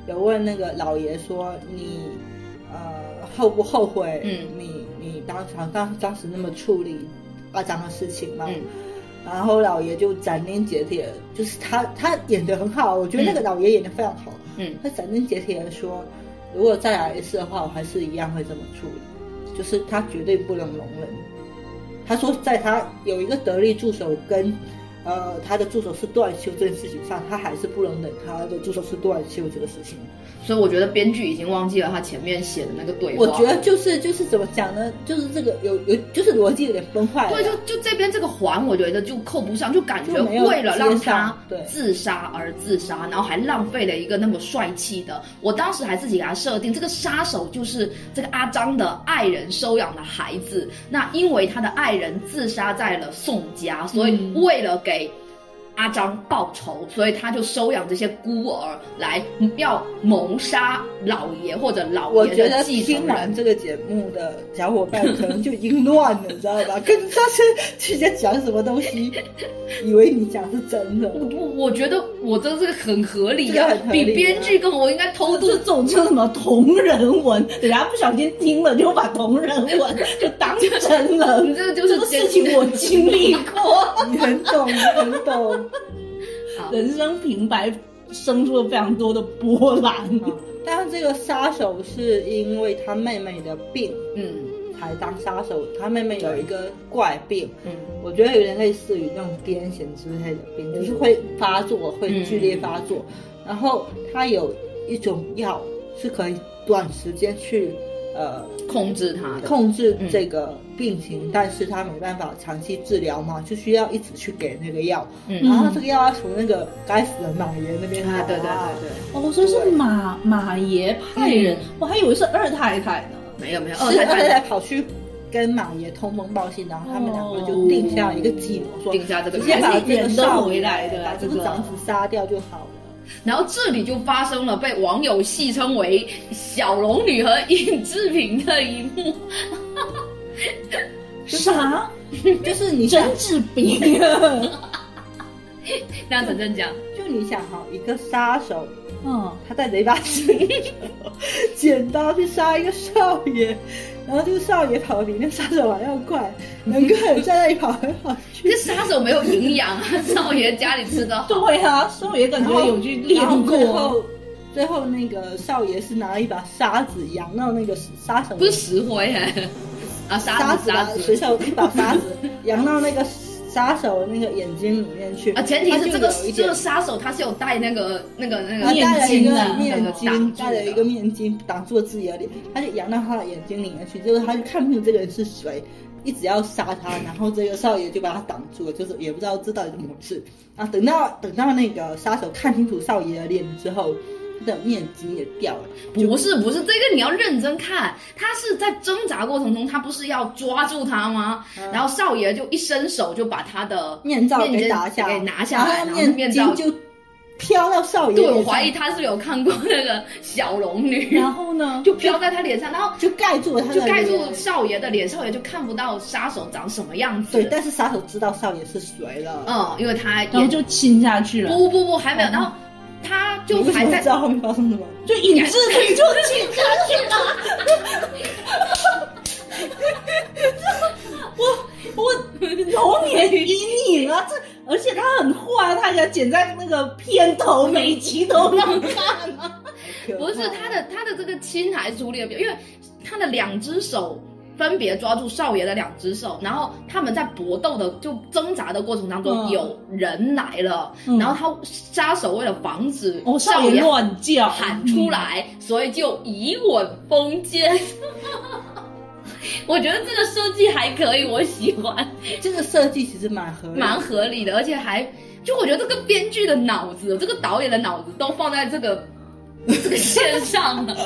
B: 有问那个老爷说你呃后不后悔？
C: 嗯
B: 你你当场当当时那么处理阿张的事情吗？
C: 嗯
B: 然后老爷就斩钉截铁，就是他他演的很好，我觉得那个老爷演的非常好，
C: 嗯
B: 他斩钉截铁的说，如果再来一次的话，我还是一样会这么处理，就是他绝对不能容忍。他说，在他有一个得力助手跟，呃，他的助手是断袖这件事情上，他还是不能忍他的助手是断袖这个事情。
C: 所以我觉得编剧已经忘记了他前面写的那个对话。
B: 我觉得就是就是怎么讲呢？就是这个有有就是逻辑有点崩坏了。
C: 对，就就这边这个环，我觉得就扣不上，就感觉
B: 就没有
C: 为了让
B: 接
C: 他
B: 上对
C: 自杀而自杀，然后还浪费了一个那么帅气的。我当时还自己给他设定，这个杀手就是这个阿张的爱人收养的孩子，那因为他的爱人自杀在了宋家，所以
D: 嗯
C: 为了给。阿张报仇，所以他就收养这些孤儿来要谋杀老爷或者老
B: 我
C: 爷
B: 觉得
C: 的继承
B: 听
C: 人
B: 完。这个节目的小伙伴可能就已经乱了，你知道吧？跟他是去在讲什么东西，以为你讲是真的。
C: 我我我觉得我真是很合理
B: 这
C: 啊
B: 个很，合理
C: 比
B: 啊
C: 编剧跟我应该偷渡
D: 这种叫什么同人文，人家不小心听了就把同人文就当真了。
C: 你这个就是
D: 这个事情我经历 过，
B: 你很懂，你很懂。
C: 好
D: 人生平白生出了非常多的波澜。啊
B: 但是这个杀手是因为他妹妹的病
C: 嗯
B: 才当杀手，他妹妹有一个怪病，
C: 嗯
B: 我觉得有点类似于那种癫痫之类的病，就是会发作，会剧烈发作。然后他有一种药是可以短时间去呃
C: 控制他的，
B: 控制这个病情，但是他没办法长期治疗嘛，就需要一直去给那个药。然
C: 嗯
B: 后这个药要从那个该死的马爷那边拿
C: 啊，对对对对，
D: 哦，所以是马马爷派人，我还以为是二太太呢。
C: 没有没哦有，
B: 是二
C: 二
B: 太
C: 太
B: 太
C: 太
B: 跑去跟马爷通风报信，然后他们两个就定下一个计谋，说
C: 定下这个
B: 直接把这个少爷
D: 还是演得回来的啊
B: 把这
D: 这
B: 个
D: 个
B: 长子杀掉就好了。
C: 然后这里就发生了被网友戏称为“小龙女”和尹志平的一幕，
D: 啥？
B: 就是你想
D: 甄，志斌？
C: 那晨晨讲，
B: 就你想哈，一个杀手
D: 嗯，
B: 他带着一把剪刀剪刀去杀一个少爷，然后这个少爷跑得比那杀手还要快，两个人在那里跑来跑去，
C: 这杀手没有营养啊，少爷家里吃的 好，
D: 对啊，所以也感觉有去练
B: 然后最
D: 过。
B: 后最后那个少爷是拿了一把沙子扬到那个杀手的，
C: 不是石灰哎，啊
B: 沙
C: 沙子
B: 子啊
C: 沙，
B: 随
C: 子。
B: 手一把沙子扬到那个杀手的那个眼睛里面去
C: 啊，前提是这个
B: 他就有一
C: 这
B: 点
C: 个杀手他是有戴那个那个那
B: 然后
C: 个
D: 面
B: 戴了一
D: 巾啊
B: 个
C: 那个
B: 面
C: 挡
B: 巾，
C: 住
B: 戴了一
C: 的
B: 个面巾挡住了自己的脸，他就扬到他的眼睛里面去，就是他就看不清这个人是谁，一直要杀他，然后这个少爷就把他挡住了，就是也不知道这到底怎么回事。啊，等到等到那个杀手看清楚少爷的脸之后，的面积也掉了。
C: 不是不是，这个你要认真看，他是在挣扎过程中，他不是要抓住他吗？然后少爷就一伸手就把他的
B: 嗯面罩给
C: 巾
B: 拿下，
C: 给拿下
B: 然
C: 来，然
B: 后
C: 后面罩
B: 巾。就飘到少爷
C: 对，
B: 脸上，
C: 我怀疑他是有看过那个小龙 女，
D: 然后呢，
C: 就飘在他脸上，然后
B: 就盖住了他的
C: 就盖
B: 脸
C: 住少爷的脸，少爷就看不到杀手长什么样子。
B: 对，但是杀手知道少爷是谁了，
C: 嗯，因为他
D: 然后
C: 也
D: 就亲下去了，
C: 不不不还
B: 嗯
C: 没有，然后他就
B: 你为什
C: 还
B: 么
C: 在
B: 知道后面发生什么？
D: 就尹志平就亲下去 了。我我童年阴影啊，这而且他很坏，他想剪在那个片头，每一集都让看啊。
C: 不是他
D: 嗯
C: 的他的这个亲还处理的比较，因为他的两只手分别抓住少爷的两只手，然后他们在搏斗的就挣扎的过程当中，
D: 嗯
C: 有人来了，
D: 嗯
C: 然后他杀手为了防止
D: 哦，
C: 少
D: 少
C: 爷
D: 爷乱叫，
C: 喊出来，所以就以吻封缄。 我觉得这个设计还可以，我喜欢，
B: 这个设计其实蛮合理的，
C: 蛮合理的，而且还就我觉得这个编剧的脑子，这个导演的脑子都放在这个 这个线上了。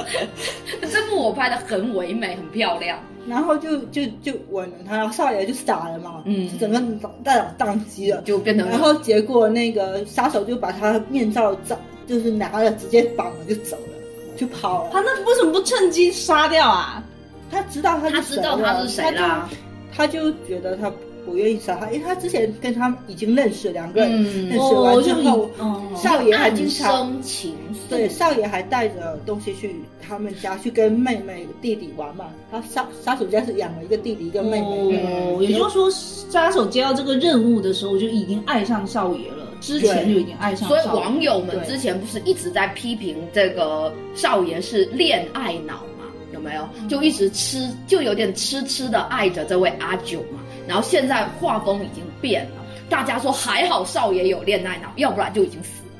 C: 这部我拍的很唯美，很漂亮。
B: 然后就就就吻了他，然后少爷就傻了嘛，
C: 嗯
B: 整个大脑宕机了。
C: 就变成
B: 然后结果那个杀手就把他面罩罩就是拿了，直接绑了就走了，就跑了。
D: 嗯他那为什么不趁机杀掉啊？
B: 他知道他
C: 他
B: 是
C: 知道
B: 谁
C: 他
B: 了
C: 是谁啦，
B: 他就觉得他不愿意杀他，因为他之前跟他已经认识两个人，
C: 嗯
B: 认识完之
D: 就
B: 后，
D: 嗯
B: 少爷还
C: 哦暗
B: 经常
C: 生情愫，
B: 对少爷还带着东西去他们家去跟妹妹弟弟玩嘛。他杀杀手家是养了一个弟弟一个妹妹，
C: 嗯
D: 哦，也就是说，杀手接到这个任务的时候就已经爱上少爷了，之前就已经爱上少
C: 所
D: 爷。
C: 以网友们
B: 对
C: 之前不是一直在批评这个少爷是恋爱脑嘛？有没有？就一直痴，就有点痴痴的爱着这位阿九嘛。然后现在画风已经变了，大家说还好少爷有恋爱脑，要不然就已经死了。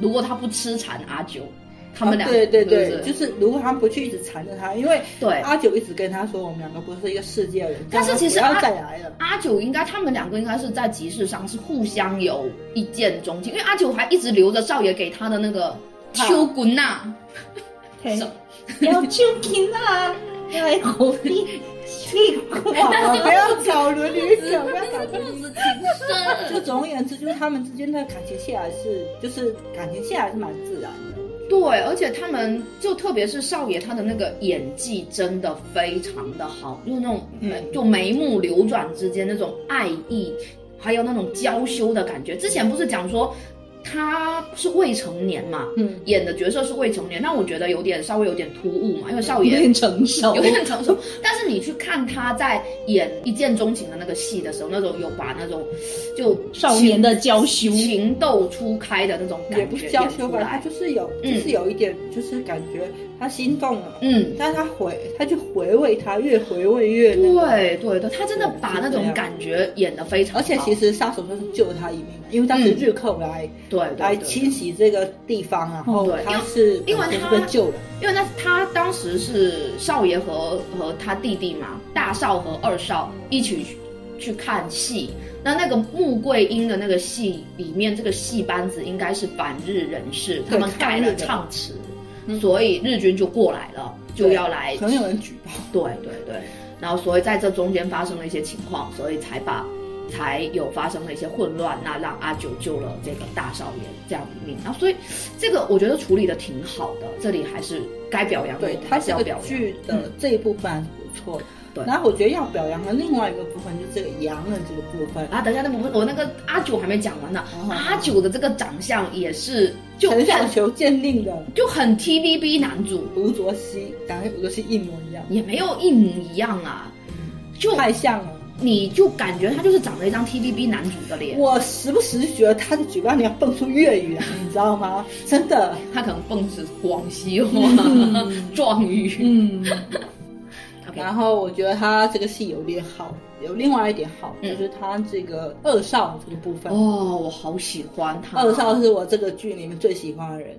C: 如果他不痴缠阿九，他们俩、
B: 啊对对
C: 对
B: 对，
C: 不
B: 就是如果他不去一直缠着他，因为
C: 对。
B: 阿九一直跟他说我们两个不是一个世界人，
C: 但是其实
B: 叫他不
C: 阿
B: 要再来了。
C: 阿九应该，他们两个应该是在集市上是互相有一见钟情，因为阿九还一直留着少爷给他的那个
B: 帕
C: 秋滚呐，
D: OK，要救命啊！来口鼻屁股
B: 哇，不要搞伦理梗，不要搞伦理
C: 父子情深。
B: 就总而言之，就是他们之间的感情线还是，就是感情线还是蛮自然的。
C: 对，而且他们就特别是少爷，他的那个演技真的非常的好，就是那种、
B: 嗯
C: 就眉目流转之间那种爱意，还有那种娇羞的感觉。之前不是讲说他是未成年嘛，
B: 嗯，
C: 演的角色是未成年，那我觉得有点稍微有点突兀嘛，因为少
D: 有
C: 爷
D: 点成熟
C: 有。点成熟。但是你去看他在演《一见钟情》的那个戏的时候，那种有把那种就
D: 少年的娇羞
C: 情情窦初开的那种感觉
B: 也不是娇羞吧，
C: 演出
B: 他
C: 来。
B: 就是有，就
C: 嗯
B: 是有一点，就是感觉他心动了，
C: 嗯，
B: 但是他回，他就回味他，越回味越那个。
C: 对对对，他真的把那种感觉演得非常好，
B: 而且其实杀手算是救了他一命，因为当时
C: 嗯
B: 日寇来、
C: 对对
B: 来
C: 对对
B: 清洗这个地方，然后
D: 对
B: 他是
C: 因为因为
B: 他
C: 他
B: 是被救了，
C: 因为那他当时是少爷和和他弟弟嘛，大少和二少一起去去看戏。那那个穆桂英的那个戏里面，这个戏班子应该是反日人士，他
B: 对
C: 们改了
B: 抗
C: 唱词，所以日军就过来了，就要来
B: 可能有人举报。
C: 对对对，然后所以在这中间发生了一些情况，所以才把才有发生了一些混乱，那让阿九救了这个大少爷这样一命。然后所以这个我觉得处理的挺好的，这里还是该表扬我
B: 对
C: 们，
B: 他
C: 还是
B: 这
C: 要
B: 个
C: 表扬。嗯
B: 剧的这一部分还是不错的。
C: 对
B: 然后我觉得要表扬的另外一个部分就是这个洋人这个部分，
C: 啊，等一下，那我们我那个阿九还没讲完呢。
B: 哦
C: 阿九的这个长相也是就
B: 陈小
C: 很
B: 球鉴定的
C: 就很 TVB 男主，
B: 吴卓羲，长得跟吴卓羲一模一样，
C: 也没有一模一样啊，就
B: 太像了。
C: 你就感觉他就是长了一张 TVB 男主的脸，
B: 我时不时觉得他的嘴巴里要蹦出粤语来，你知道吗？真的，
C: 他可能蹦是广西话、 壮语。
D: 嗯，
C: OK，
B: 然后我觉得他这个戏有点好，有另外一点好，
C: 嗯
B: 就是他这个二少这个部分，
C: 哦，我好喜欢哦他。
B: 二少，是我这个剧里面最喜欢的人。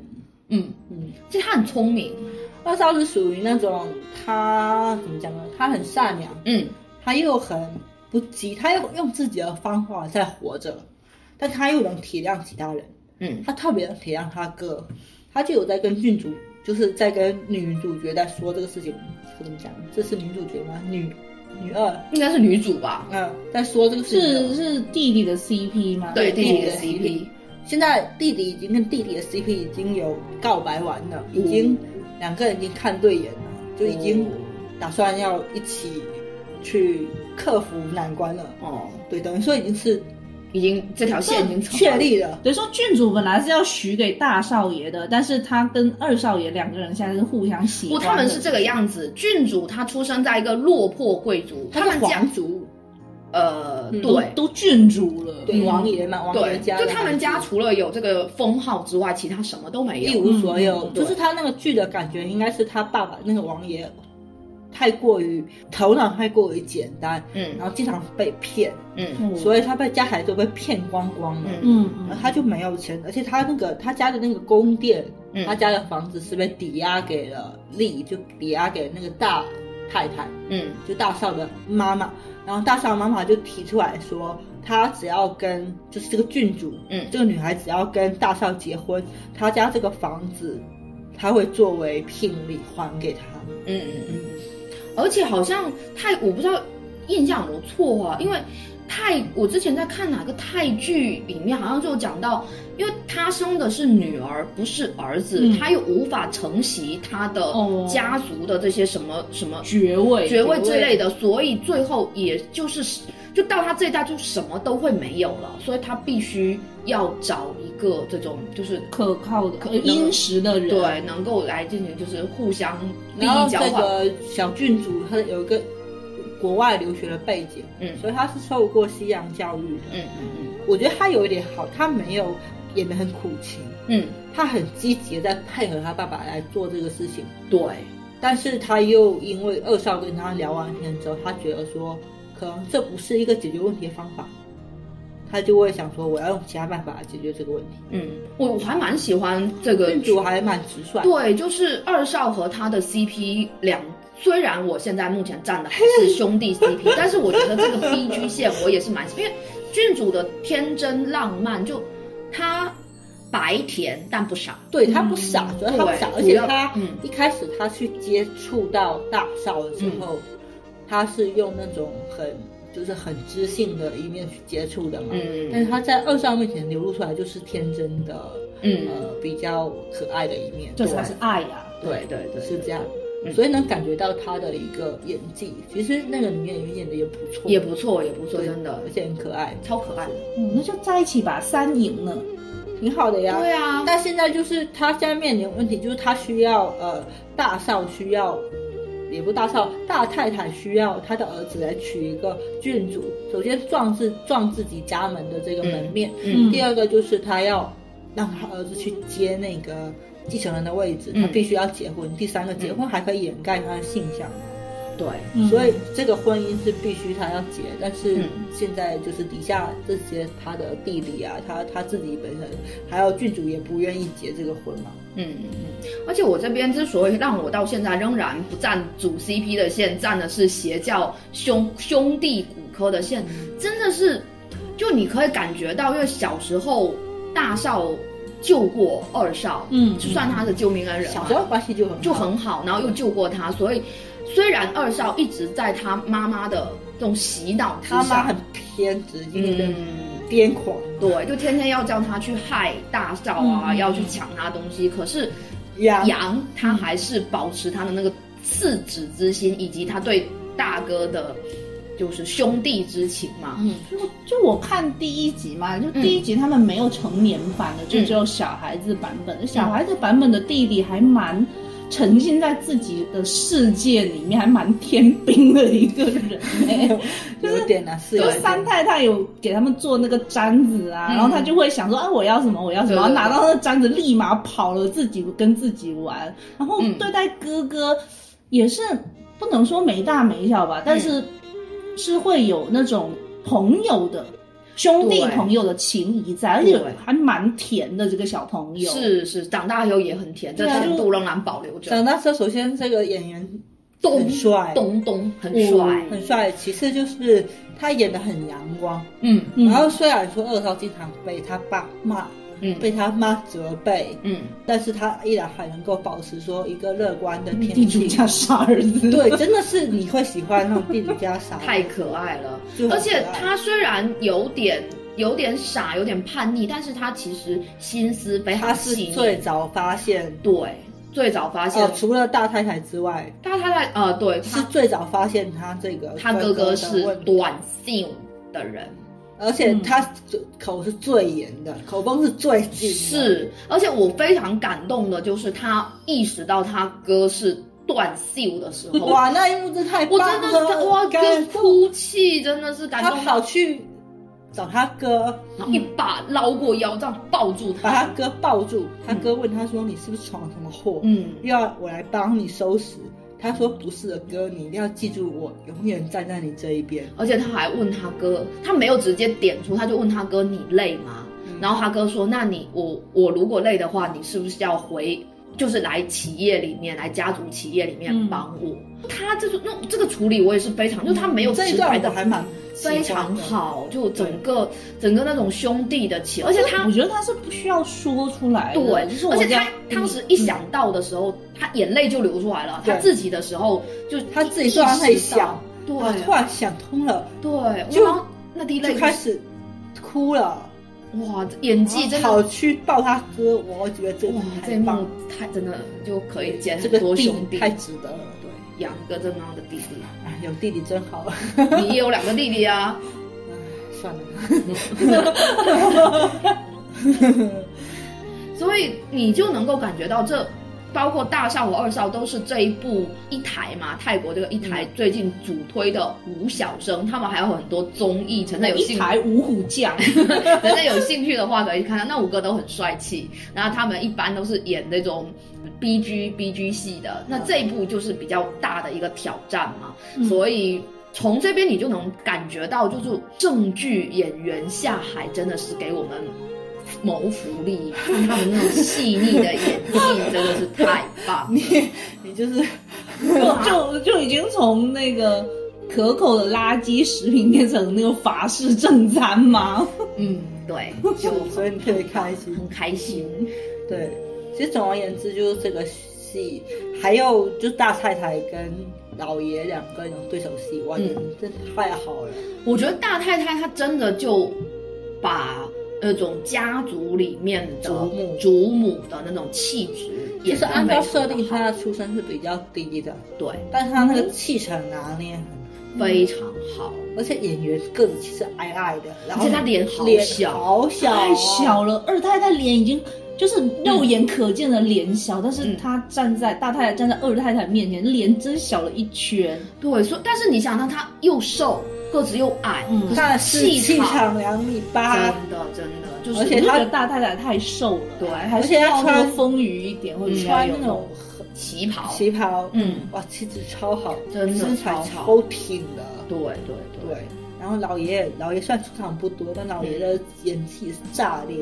C: 嗯，
B: 嗯，
C: 其实他很聪明，
B: 二少是属于那种他怎么讲呢？他很善良，
C: 嗯，
B: 他又很不羁，他又用自己的方法在活着，但他又能体谅其他人。
C: 嗯
B: 他特别能体谅他哥，他就有在跟郡主，就是在跟女主角在说这个事情，怎么讲？这是女主角吗？女女二，
C: 应该是女主吧？
B: 嗯，在说这个事情
D: 是
B: 的。
D: 是弟弟的 CP 吗？
C: 对，弟
B: 弟
C: 弟
B: 弟
C: 的
B: 的
C: CP，
B: 现在弟弟已经跟弟弟的 CP 已经有告白完了，已经两个人已经看对眼了，就已经打算要一起去克服难关了。
C: 哦，
B: 对，等于说已经是
C: 已经哦这条线已经走
B: 确立了。
D: 等于说郡主本来是要许给大少爷的，但是他跟二少爷两个人现在是互相喜
C: 不，
D: 欢的。
C: 他们是这个样子。郡主她出生在一个落魄贵族，他
B: 他
C: 们
B: 是
C: 家
B: 皇族，
C: 呃，
B: 嗯
D: 都
C: 对。
D: 都郡主了，
B: 对
D: 嗯
B: 王爷嘛，王
C: 对
B: 爷，家
C: 就
B: 的
C: 他们家除了有这个封号之外，其他什么都没
B: 一
C: 有。
B: 无所有，
C: 嗯
B: 就是他那个剧的感觉，应该是他爸爸那个王爷太过于头脑太过于简单，
C: 嗯
B: 然后经常被骗，
C: 嗯
B: 所以他被家孩子都被骗光光了。
C: 嗯
D: 嗯
B: 然
D: 嗯
B: 后，他就没有钱，而且他那个他家的那个宫殿，
C: 嗯
B: 他家的房子是被抵押给了丽，就抵押给那个大太太，
C: 嗯
B: 就大少的妈妈。然后大少的妈妈就提出来说，她只要跟就是这个郡主，
C: 嗯
B: 这个女孩只要跟大少结婚，她家这个房子，她会作为聘礼还给他。
C: 嗯嗯嗯，而且好像泰，我不知道印象有没有错啊，因为泰，我之前在看哪个泰剧里面，好像就有讲到，因为他生的是女儿，不是儿子，
D: 嗯
C: 他又无法承袭他的
D: 哦
C: 家族的这些什么什么
D: 爵位，
C: 爵位之类的，所以最后也就是就到他这一代就什么都会没有了，所以他必须要找一个这种就是。
D: 可靠的、可
C: 能
D: 殷实的人，
C: 对，能够来进行就是互相利
B: 然后
C: 益
B: 这
C: 交换，
B: 个小郡主她有一个国外留学的背景，
C: 嗯
B: 所以她是受过西洋教育的。
C: 嗯嗯
B: 我觉得她有一点好，她没有也没很苦情，
C: 嗯
B: 她很积极的在配合她爸爸来做这个事情。
C: 嗯，对，
B: 但是他又因为二少跟他聊完天之后，他觉得说，可能这不是一个解决问题的方法，他就会想说，我要用其他办法来解决这个问题。
C: 嗯，我我还蛮喜欢这个
B: 郡主还蛮直率，
C: 对，就是二少和他的 CP 两，虽然我现在目前站的还是兄弟 CP，但是我觉得这个 BG 线我也是蛮，因为郡主的天真浪漫，就他白甜但不傻，
B: 对他不傻，主要他不傻，
C: 嗯对
B: 而
C: 主
B: 且
C: 要
B: 他
C: 嗯
B: 一开始他去接触到大少的时
C: 嗯
B: 候，他是用那种很就是很知性的一面去接触的嘛，
C: 嗯
B: 但是他在二少面前流露出来就是天真的，
C: 嗯
B: 呃，比较可爱的一面，
D: 这才是爱呀。
C: 对对对，
B: 是这样，
C: 嗯
B: 所以能感觉到他的一个演技。其实那个女演员演的也不错，
C: 也不错也不错，
B: 对
C: 真的
B: 而且很可爱，
C: 超可爱的，
D: 嗯，那就在一起吧，三赢了。
B: 挺好的呀。
C: 对啊，
B: 但现在就是他现在面临的问题，就是他需要呃大少需要，也不是大少大太太需要他的儿子来娶一个郡主，首先壮自壮自己家门的这个门面，
C: 嗯
D: 嗯
B: 第二个就是他要让他儿子去接那个继承人的位置，他
C: 嗯
B: 必须要结婚，第三个结婚还可以掩盖他的性向。
C: 对，
D: 嗯
B: 所以这个婚姻是必须他要结，但是
C: 嗯
B: 现在就是底下这些他的弟弟啊，他他自己本身，还有郡主也不愿意结这个婚嘛。
C: 嗯，嗯嗯，而且我这边之所以让我到现在仍然不站主 CP 的线，站的是邪教兄兄弟骨科的线，真的是，就你可以感觉到，因为小时候大少救过二少，
D: 嗯
C: 就算他的救命恩人嘛，
B: 小时候关系就很好
C: 就很好，然后又救过他，所以虽然二少一直在他妈妈的这种洗脑之
B: 他妈
C: 下
B: 很，偏执，因为
C: 嗯
B: 人。癫狂，
C: 对，就天天要叫他去害大少啊，
D: 嗯
C: 要去抢他东西。可是
B: 呀
C: 杨他还是保持他的那个赤子之心，以及他对大哥的，就是兄弟之情嘛。
B: 嗯，
D: 就就我看第一集嘛，就第一集他们没有成年版的，就只有小孩子版本。小孩子版本的弟弟还蛮沉浸在自己的世界里面，还蛮天兵的一个人、欸。
B: 有点难是有
D: 就
B: 点
D: 三太太有给他们做那个毡子啊，
C: 嗯
D: 然后他就会想说，啊，我要什么，我要什
C: 对
D: 么，
C: 对对
D: 然后拿到那个毡子立马跑了，自己跟自己玩，然后
C: 嗯
D: 对待哥哥也是不能说没大没小吧，但是嗯是会有那种朋友的。兄弟
C: 对
D: 朋友的情谊在，而且
C: 对
D: 还蛮甜的这个小朋友。，
C: 是是，长大以后也很甜，这
D: 对啊
C: 甜
D: 就
C: 度仍然保留着
B: 长。大之后，首先这个演员
C: 咚
B: 很帅，
C: 咚咚，很帅。
B: 很帅，其次就是他演的很阳光。
C: 嗯
D: 嗯
B: 然后虽然说二少经常被他爸骂，
C: 嗯
B: 被他妈责备，
C: 嗯，
B: 但是他依然还能够保持说一个乐观的
D: 地
B: 天
D: 主
B: 性。
D: 家傻儿子，
B: 对，真的是你会喜欢那种地主家傻。
C: 太可爱了。
B: 就很
C: 而且
B: 可爱
C: 他虽然有点有点傻，有点叛逆，但是他其实心思非
B: 他
C: 常
B: 是
C: 细腻。
B: 最早发现，
C: 对，最早发现
B: 呃，，除了大太太之外，
C: 但他在呃，对，
B: 是
C: 他
B: 最早发现他这个
C: 他
B: 哥
C: 哥哥
B: 的
C: 是
B: 问题
C: 短信的人，
B: 而且他嘴口是最严的，口风是最紧的。
C: 嗯是，而且我非常感动的就是他意识到他哥是断袖的时候，
B: 哇，那一幕真太
C: 我
B: 棒
C: 真的是
B: 了！
C: 哇，跟
B: 感
C: 哭泣，真的是感
B: 他
C: 动
B: 跑
C: 到，
B: 去找他哥，
C: 然后一把捞过腰，这样抱住
B: 把
C: 他
B: 他，哥抱住。他哥问他说：“你是不是闯了什么祸？
C: 嗯，
B: 又要我来帮你收拾？”他说：“不是的，哥，你一定要记住我，永远站在你这一边。
C: 而且他还问他哥，他没有直接点出，他就问他哥你累吗？
B: 嗯
C: 然后他哥说，那你我我如果累的话，你是不是要回，就是来企业里面，来家族企业里面
D: 嗯
C: 帮我？他这种那这个处理我也是非常，就他没
B: 嗯
C: 有”
B: 这一
C: 直
B: 段
C: 白
B: 我
C: 的
B: 还蛮喜欢
C: 非
B: 的
C: 常。好，就整个整个那种兄弟的情，而且他
D: 我觉得他是不需要说出来的，
C: 对
D: 就是，我
C: 而且
D: 这样嗯
C: 他当时一想到的时候，他眼泪就流出来了。他
B: 对
C: 自己的时候就
B: 他自己
C: 意
B: 突然
C: 识
B: 很
C: 到
B: 想，
C: 对
B: 我突然想通了，
C: 对，
B: 就
C: 哇那滴泪
B: 就开始哭了。啊
C: 哇，演技真的
B: 跑去抱他哥，我觉得这个
C: 哇，这一
B: 太棒
C: 幕
B: 了，
C: 太真的就可以剪
B: 这
C: 很
B: 个
C: 多
B: 弟
C: 兄弟，
B: 太值得了。
C: 对，养一个这样的弟弟，
B: 哎，有弟弟真 好。
C: 你也有两个弟弟啊，
B: 哎算了，
C: 所以你就能够感觉到这。包括大少和二少都是这一部一台嘛，泰国这个一
D: 嗯
C: 台最近主推的五小生，他们还有很多综艺，真的有
D: 嗯一
C: 兴趣。
D: 台五虎将，
C: 真的有兴趣的话，可以看看。那五个都很帅气，然后他们一般都是演那种 B G B G 系的。那这一部就是比较大的一个挑战嘛，
D: 嗯
C: 所以从这边你就能感觉到，就是正剧演员下海真的是给我们。谋福利，看他们那种细腻的演技，真的是太棒了。
B: 你就是
D: 就就就已经从那个可口的垃圾食品变成那个法式正餐吗？
C: 嗯，对， 就
B: 所以你特别开心。
C: 很开心。
B: 对，其实总而言之就是这个戏，还有就是大太太跟老爷两个人对手戏，哇，
C: 嗯
B: 真的太好了。
C: 我觉得大太太她真的就把那种家族里面的
B: 祖母
C: 祖母的那种气质
B: 其
C: 也
B: 实按照设定，
C: 她
B: 他的出身是比较低的，
C: 对
B: 但是他那个气场拿捏很好，
C: 非常好，
B: 而且演员个子其实矮矮的，然
C: 而
B: 后
C: 且她脸好
B: 脸
C: 小，
B: 好小哦，
D: 太小了，二太太脸已经就是肉眼可见的脸小，但是她站在大太太站在二太太面前，脸真小了一圈。
C: 对，所以但是你想，让她又瘦，个子又矮，
D: 嗯
C: 可
B: 但
C: 是
B: 是气
C: 场
B: 场两米八，
C: 真的真的就是，
B: 而且
D: 那
B: 她
D: 个大太太太瘦了，
C: 对
D: 还
B: 而
D: 是
B: 且她
D: 要多
B: 穿
D: 丰腴一点，会比较
B: 穿
D: 有
B: 那种
C: 旗袍，
B: 旗袍，
C: 嗯，
B: 哇，气质超好，
C: 真的
B: 身材
C: 超好
B: 超挺的，
C: 对对对
B: 对。然后老爷，老爷虽然出场不多，但老爷的演技是炸裂。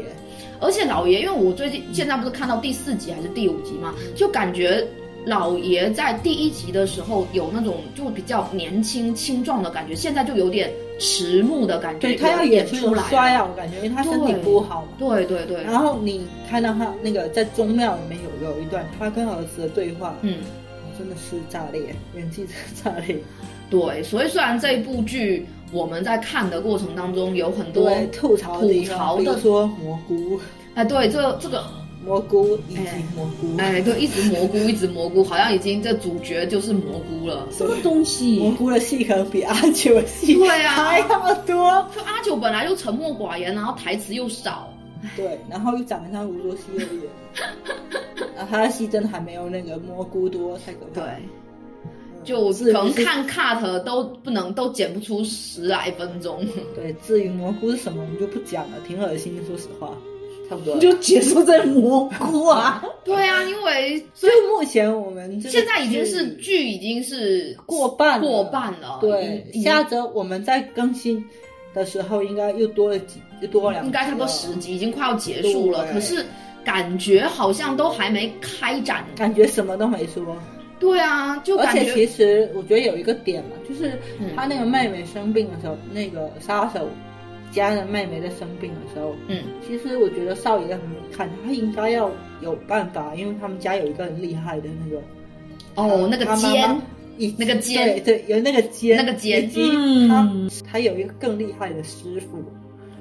C: 而且老爷，因为我最近现在不是看到第四集还是第五集嘛，就感觉老爷在第一集的时候有那种就比较年轻青壮的感觉，现在就有点迟暮的感觉，
B: 对他要
C: 演
B: 演出
C: 出
B: 有
C: 来
B: 衰
C: 了。
B: 老感觉，因为他身体不好嘛。
C: 对对对，
B: 然后你看到他那个在宗庙里面有有一段他跟儿子的对话，
C: 嗯，
B: 真的是炸裂，演技真的炸裂。
C: 对，所以虽然这部剧我们在看的过程当中有很多，
B: 对，吐槽的地方，
C: 吐
B: 比
C: 槽
B: 如
C: 的
B: 说蘑菇，
C: 哎，对，这这个，
B: 蘑菇以及
C: 哎
B: 蘑菇，
C: 哎，对，一直蘑菇，一直蘑菇，好像已经这主角就是蘑菇了。
D: 什么东
B: 蘑
D: 西？
B: 菇的戏可能比阿九的戏
C: 对啊
B: 还要多。
C: 就阿九本来就沉默寡言，然后台词又少，
B: 对，然后又长得像吴卓羲的脸，然后他的戏真的还没有那个蘑菇多，太可怕
C: 对
B: 了。，
C: 就可
B: 至于
C: 能
B: 是
C: 看 cut 都不能都剪不出十来分 钟。
B: 对，至于蘑菇是什么，我们就不讲了，挺恶心的，说实话，差不多
D: 你
B: 了。
D: 就结束在蘑菇啊！
C: 对啊，因为
B: 所以目前我们这个
C: 现在已经是
B: 剧
C: 剧已经是
B: 过半了
C: 过半了，
B: 对
C: 已经
B: 下周我们在更新的时候，应该又多了几，又多了两集了，
C: 应该差不多十集，已经快要结束了。
B: 对
C: 可是感觉好像都还没开展。
B: 感觉什么都没说，
C: 对啊，就
B: 而
C: 感
B: 且其
C: 觉
B: 实我觉得有一个点嘛，就是
C: 嗯
B: 他那个妹妹生病的时候，那个杀手家人妹妹在生病的时候，
C: 嗯，
B: 其实我觉得少爷很看他应该要有办法，因为他们家有一个很厉害的那个
C: 哦，那个
B: 他妈妈
C: 尖，
B: 以及
C: 那个
B: 对
C: 尖，
B: 对，有那个尖，
C: 那个尖
B: 以
C: 嗯
B: 及他、他有一个更厉害的师傅，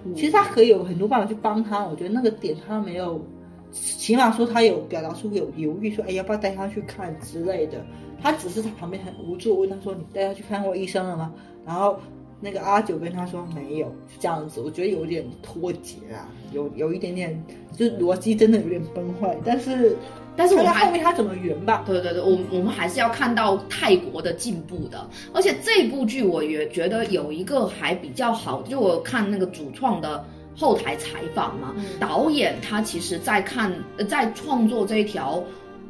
D: 嗯
B: 其实他可以有很多办法去帮他。我觉得那个点他没有，起码说他有表达出有犹豫，说哎要不要带他去看之类的。他只是在旁边很无助，问他说你带他去看过医生了吗？然后那个阿九跟他说没有，是这样子，我觉得有点脱节啊，有有一点点就是逻辑真的有点崩坏。但是
C: 但是我
B: 看到
C: 们还
B: 后面他怎么圆吧，
C: 对对对，我我们还是要看到泰国的进步的。而且这部剧我也觉得有一个还比较好，就我看那个主创的后台采访嘛，导演他其实在看呃在创作这一条。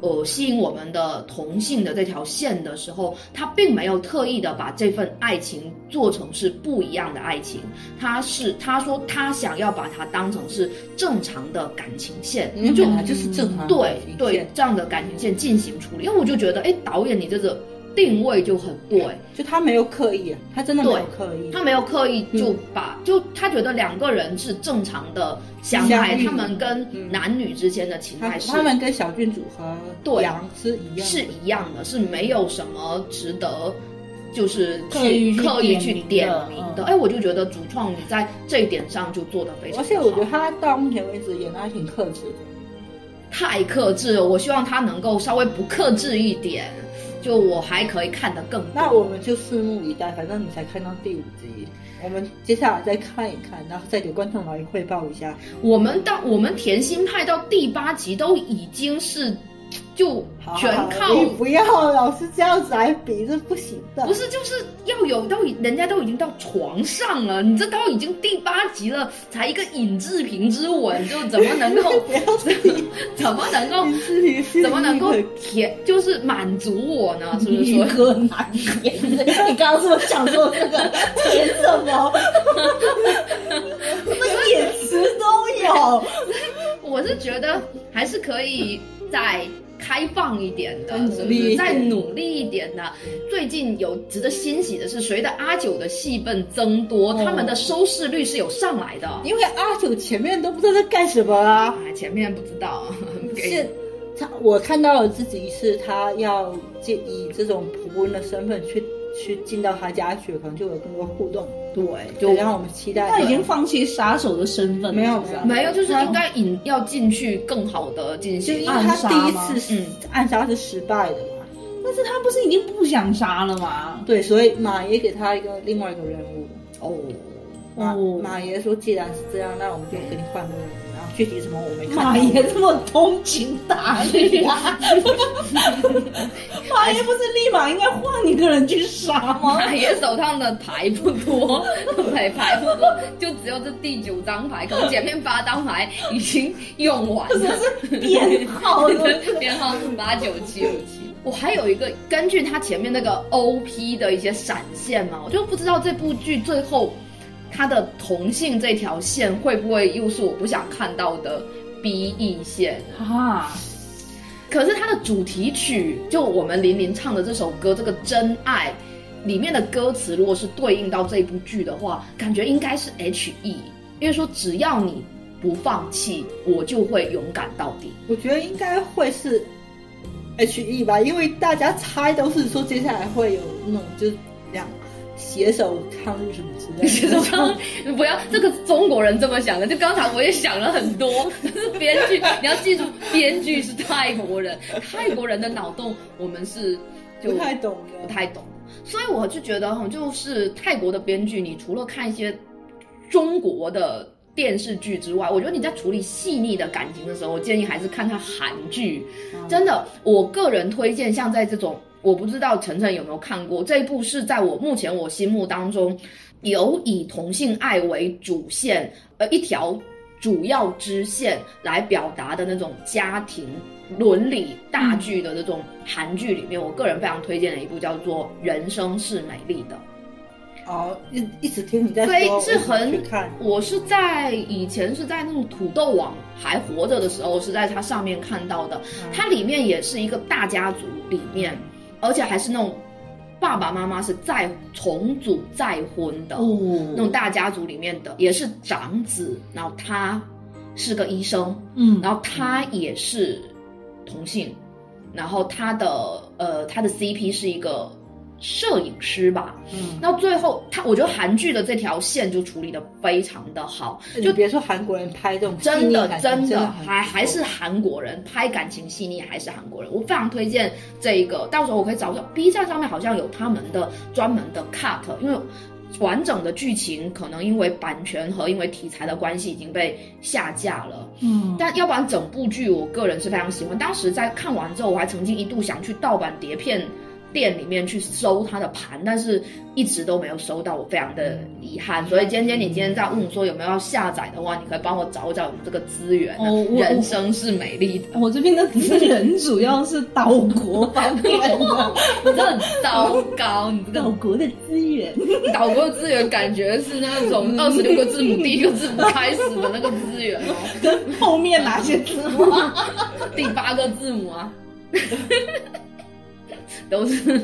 C: 呃，吸引我们的同性的这条线的时候，他并没有特意的把这份爱情做成是不一样的爱情，他是他说他想要把它当成是正常的感情线，
B: 因为
C: 就
B: 本来就是正常的
C: 嗯对
B: 呃一
C: 对
B: 线，
C: 这样的感情线进行处理，因为我就觉得，哎，导演你这个定位就很对，
B: 就他没有刻意啊，他真的没有
C: 对
B: 刻意。
C: 他没有刻意
B: 嗯
C: 就把、就他觉得两个人是正常的相爱，
B: 相遇
C: 他们跟
B: 嗯
C: 男女之间的情
B: 他
C: 爱是
B: 他们跟小俊组合
C: 对
B: 杨是一样的
C: 是一样的，是没有什么值得。就是
D: 刻意
C: 去
D: 去
C: 刻意去点
D: 点名的
C: 名
B: 嗯
C: 的，哎、我就觉得主创你在这一点上就做得非常好，
B: 而且我觉得他到目前为止演的还挺克制的，
C: 太克制了，我希望他能够稍微不克制一点，就我还可以看得更多
B: 那我们就拭目以待，反正你才看到第五集，我们接下来再看一看，然后再给观众老爷汇报一下。
C: 我们到我们甜心派到第八集都已经是就
B: 好
C: 全
B: 好
C: 靠
B: 你不要老是这样子来比，这不行的。
C: 不是就是要有到已人家都已经到床上了，你这都已经第八集了，才一个尹志平之吻，就怎么能 够
B: 不要自己，
C: 怎么能够
B: 你自己是
C: 怎么能够
B: 一个
C: 填就是满足我呢？是不 是
D: 一
C: 说？
D: 个难点。你刚刚是不是想说这个填什么？ 那眼词都有。
C: 我是觉得还是可以再开放一点的，是
B: 努
C: 不
B: 力
C: 是？
B: 一点
C: 再努力一点的。最近有值得欣喜的是，随着阿九的戏份增多，
B: 哦
C: 他们的收视率是有上来的。
B: 因为阿九前面都不知道在干什么啊。
C: 哎，前面不知道，
B: 是
C: 给
B: 他，我看到的自己是他要借以这种仆人的身份去去进到他家去，可能就有更多互动，
C: 对
B: 就
C: 就
B: 让我们期待。
D: 他已经放弃杀手的身份了，
B: 没有
D: 是不是啊
C: 没有，就是应该引要进去更好的进
B: 就因
C: 行
B: 为
D: 暗
B: 他
D: 杀
B: 第一
D: 吗
B: 次是暗杀是失败的嘛，
D: 但是他不是已经不想杀了吗？
B: 对，所以马爷给他一个另外一个任务。
C: 哦。
B: 马
D: 哦
B: 马爷说，既然是这样，那我们就给你换个任务。然后具体什么我没看到。
D: 马爷这么通情达 理啊！马爷不是立马应该换一个人去杀 吗？
C: 马爷手上的牌不多，对，牌不多，就只有这第九张牌，可能前面八张牌已经用完了。
D: 编号 的
C: 编号是八九七五七。我还有一个根据它前面那个 OP 的一些闪现嘛，我就不知道这部剧最后它的同性这条线会不会又是我不想看到的 BE 线。
D: 啊！
C: 可是它的主题曲，就我们林林唱的这首歌，这个《真爱》里面的歌词，如果是对应到这部剧的话，感觉应该是 H E，因为说只要你不放弃，我就会勇敢到底。
B: 我觉得应该会是 H E 吧，因为大家猜都是说接下来会有那种就是两携手抗日什么之类的。
C: 不要，这个中国人这么想的。就刚才我也想了很多，就是编剧，你要记住，编剧是泰国人，泰国人的脑洞我们是就
B: 不太懂的。
C: 不 太懂，所以我就觉得哈，嗯就是泰国的编剧，你除了看一些中国的电视剧之外，我觉得你在处理细腻的感情的时候，我建议还是看看韩剧。真的，我个人推荐像在这种，我不知道晨晨有没有看过这一部，是在我目前我心目当中有以同性爱为主线，呃，一条主要支线来表达的那种家庭伦理大剧的那种韩剧里面，我个人非常推荐的一部叫做《人生是美丽的》。
B: 哦，一一直听你在
C: 所以
B: 说，
C: 是
B: 我没
C: 很
B: 去看，
C: 我是在以前是在那种土豆网还活着的时候，是在它上面看到的。它里面也是一个大家族里面，而且还是那种爸爸妈妈是再重组再婚的，那
D: 哦，
C: 种大家族里面的，也是长子，然后他是个医生，
D: 嗯，
C: 然后他也是同性，然后他的呃他的 CP 是一个摄影师吧，
B: 嗯，
C: 那最后他我觉得韩剧的这条线就处理的非常的好，
B: 就别说韩国人拍这种细
C: 真
B: 腻
C: 的
B: 感情
C: 真的
B: 很
C: 还还是韩国人拍感情细腻，还是韩国人，我非常推荐这一个。到时候我可以找找 B 站上面好像有他们的专门的 cut，因为完整的剧情可能因为版权和因为题材的关系已经被下架了。
D: 嗯，
C: 但要不然整部剧我个人是非常喜欢。当时在看完之后，我还曾经一度想去盗版碟片店里面去搜它的盘，但是一直都没有搜到，我非常的遗
D: 嗯
C: 憾。所以今天你今天在问我说有没有要下载的话，你可以帮我找找有这个资源、啊。
D: 哦我哦我
C: 人生是美丽的，
D: 我这边的资源主要是岛国方面的，
C: 你真的很糟糕，你这
D: 岛
C: 个
D: 国的资源。
C: 岛国资源感觉是那种
D: 嗯
C: 二十六个字母第一个字母开始的那个资源哦。
D: 跟后面哪些字 幕？
C: 第八个字母啊，都是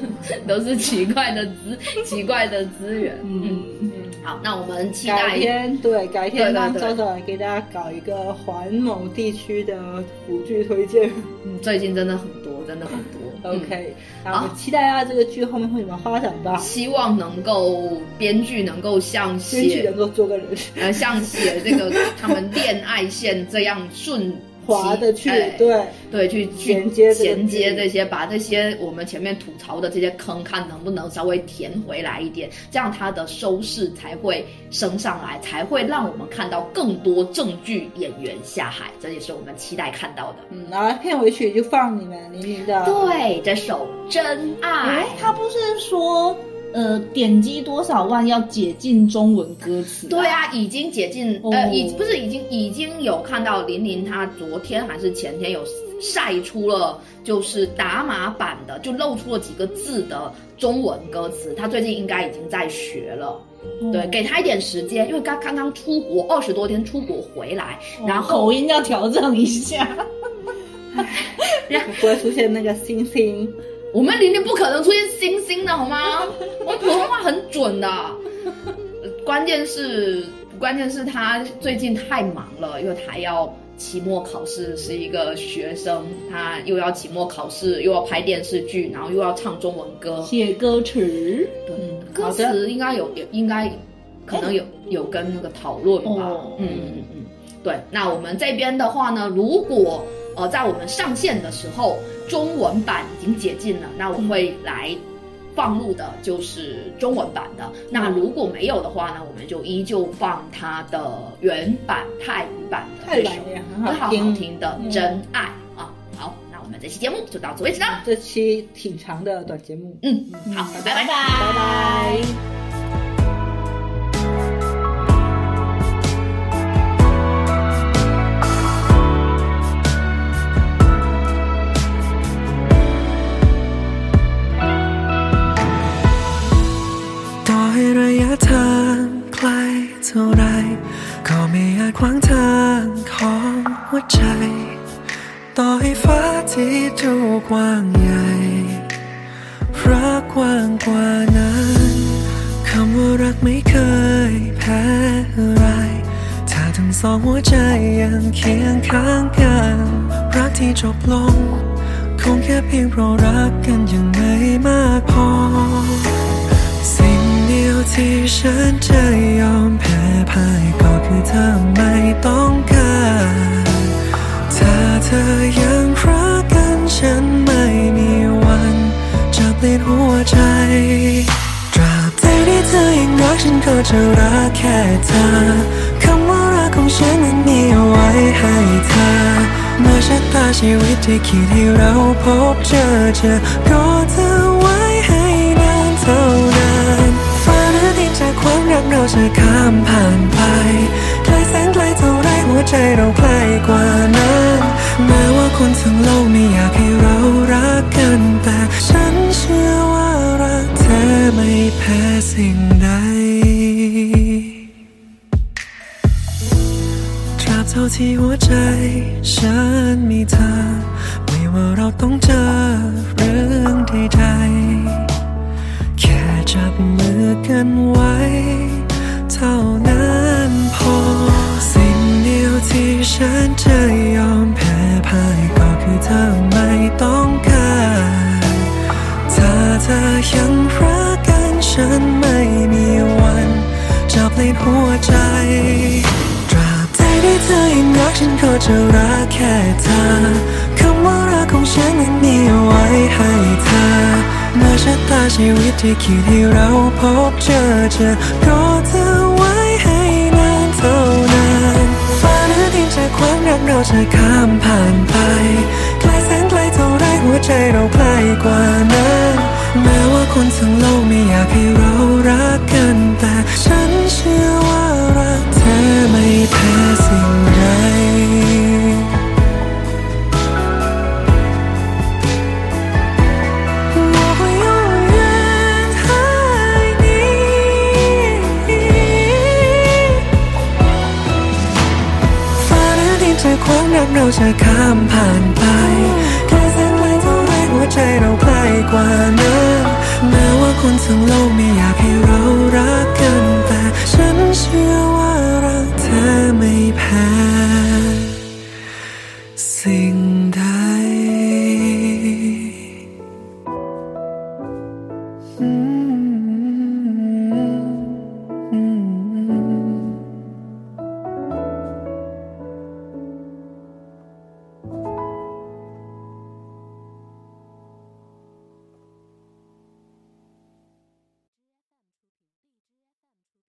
C: 都是奇怪的资奇怪的资源。嗯，
D: 嗯，
C: 好，那我们期
B: 改
C: 待
B: 天对，改天让
C: 对对
B: 周
C: 对
B: 总来给大家搞一个环某地区的古剧推荐。
C: 嗯最近真的很多，真的很多。嗯
B: OK，
C: 好
B: 那我们期待一下这个剧后面会怎么发展吧。
C: 希望能够编剧能够像
B: 编剧
C: 写
B: 能够做个人
C: 呃像写这个他们恋爱线这样顺
B: 滑的去
C: 哎，
B: 对，
C: 对，去去
B: 衔接这个
C: 衔接
B: 剧
C: 这些，把这些我们前面吐槽的这些坑，看能不能稍微填回来一点，这样它的收视才会升上来，才会让我们看到更多正剧演员下海，这也是我们期待看到的。
B: 嗯，然后片尾曲就放你们林林的，
C: 对，这首《真爱
D: 哎，他不是说呃点击多少万要解禁中文歌词、》。
C: 对，啊，已经解禁，呃，
D: 哦
C: 已不是已经已经有看到林林她昨天还是前天有晒出了，就是打码版的，就露出了几个字的中文歌词，她最近应该已经在学了。
D: 哦
C: 对，给他一点时间，因为刚刚刚出国二十多天，出国回来，然
D: 然后
C: 后
D: 口音要调整一下。
B: 不会出现那个星星。
C: 我们玲玲不可能出现星星的好吗？我们普通话很准的，呃关键是关键是他最近太忙了，因为他要期末考试，是一个学生，他又要期末考试，又要拍电视剧，然后又要唱中文歌，
D: 写歌词
C: 对，
B: 嗯
C: 歌
B: 好哎的
C: 词应该有，有应该可能有有跟那个讨论吧。
D: 哦
C: 嗯嗯嗯嗯，对。那我们这边的话呢，如果呃在我们上线的时候，中文版已经解禁了，那我会来。放入的就是中文版的，
B: 嗯
C: 那如果没有的话呢，我们就依旧放它的原版泰语版的
B: 泰
C: 这
B: 版
C: 首
B: 也很
C: 很
B: 好
C: 好
B: 听，
C: 听的《
D: 嗯
C: 真爱》啊。好，那我们这期节目就到此为止了。
B: 这期挺长的短节目，
C: 嗯，好，拜拜。
B: 拜拜。
A: ต่อให้ระยะทางไกลเท่าไร ก็ไม่อาจขวางทางของหัวใจ ต่อให้ฟ้าที่ดูกว้างใหญ่ รักกว้างกว่านั้นคำว่ารักไม่เคยแพ้อะไร ถ้าทั้งสองหัวใจยังเคียงข้างกัน รักที่จบลง คงแค่เพียงเพราะรักกันยังไม่มากพอ สิ่งเดียวที่ฉันจะยอมแพ้พ่ายก็คือเธอไม่ต้องการถ้าเธอยังรักกันฉันไม่มีวันจะเปลี่ยนหัวใจตราบใดที่เธอยังรักฉันก็จะรักแค่เธอคำว่ารักของฉันนั้นมีเอาไว้ให้เธอเมื่อชะตาชีวิตที่คิดให้เราพบเจอเจอก็เธอไว้ให้ ไม่นานเท่านั้นฟ้าหรือดินจากความรักเราจะข้ามผ่านไปไกลแสนไกลเท่าไรหัวใจเราใกล้กว่านั้น แม้ว่าคนทั้งโลกไม่อยากให้เรารักกัน แต่ฉันเชื่อว่ารักเธอไม่แพ้สิ่งใด ตราบเท่าที่หัวใจฉันมีเธอ ไม่ว่าเราต้องเจอเรื่องใดๆ เธอยังรักกันฉันไม่มีวันจะเปลี่ยนหัวใจ ตราบใดที่เธอยังรักฉันก็จะรักแค่เธอคำว่ารักของฉันนั้นมีไว้ให้เธอเมื่อชะตาชีวิตที่คิดให้เราพบเจอจะรอเธอไว้ให้นานเท่านั้นฟ้าหรือดินจากความรักเราจะข้ามผ่านไปไกลแสนไกลเท่าไรหัวใจเราใกล้กว่านั้น แม้ว่าคนทั้งโลกไม่อยากให้เรารักกัน แต่ฉันเชื่อว่ารักเธอไม่แพ้สิ่งใด บอกว่าอยู่ยังหายนี้ ฟ้าหรือดินจะขวางนักเราจะข้ามผ่านไปแค่เส้นไหลเท่าไรหัวใจเราใกล้กว่านั้นแม้ว่าคนทั้งโลกไม่อยากให้เรารักกันแต่ฉันเชื่อ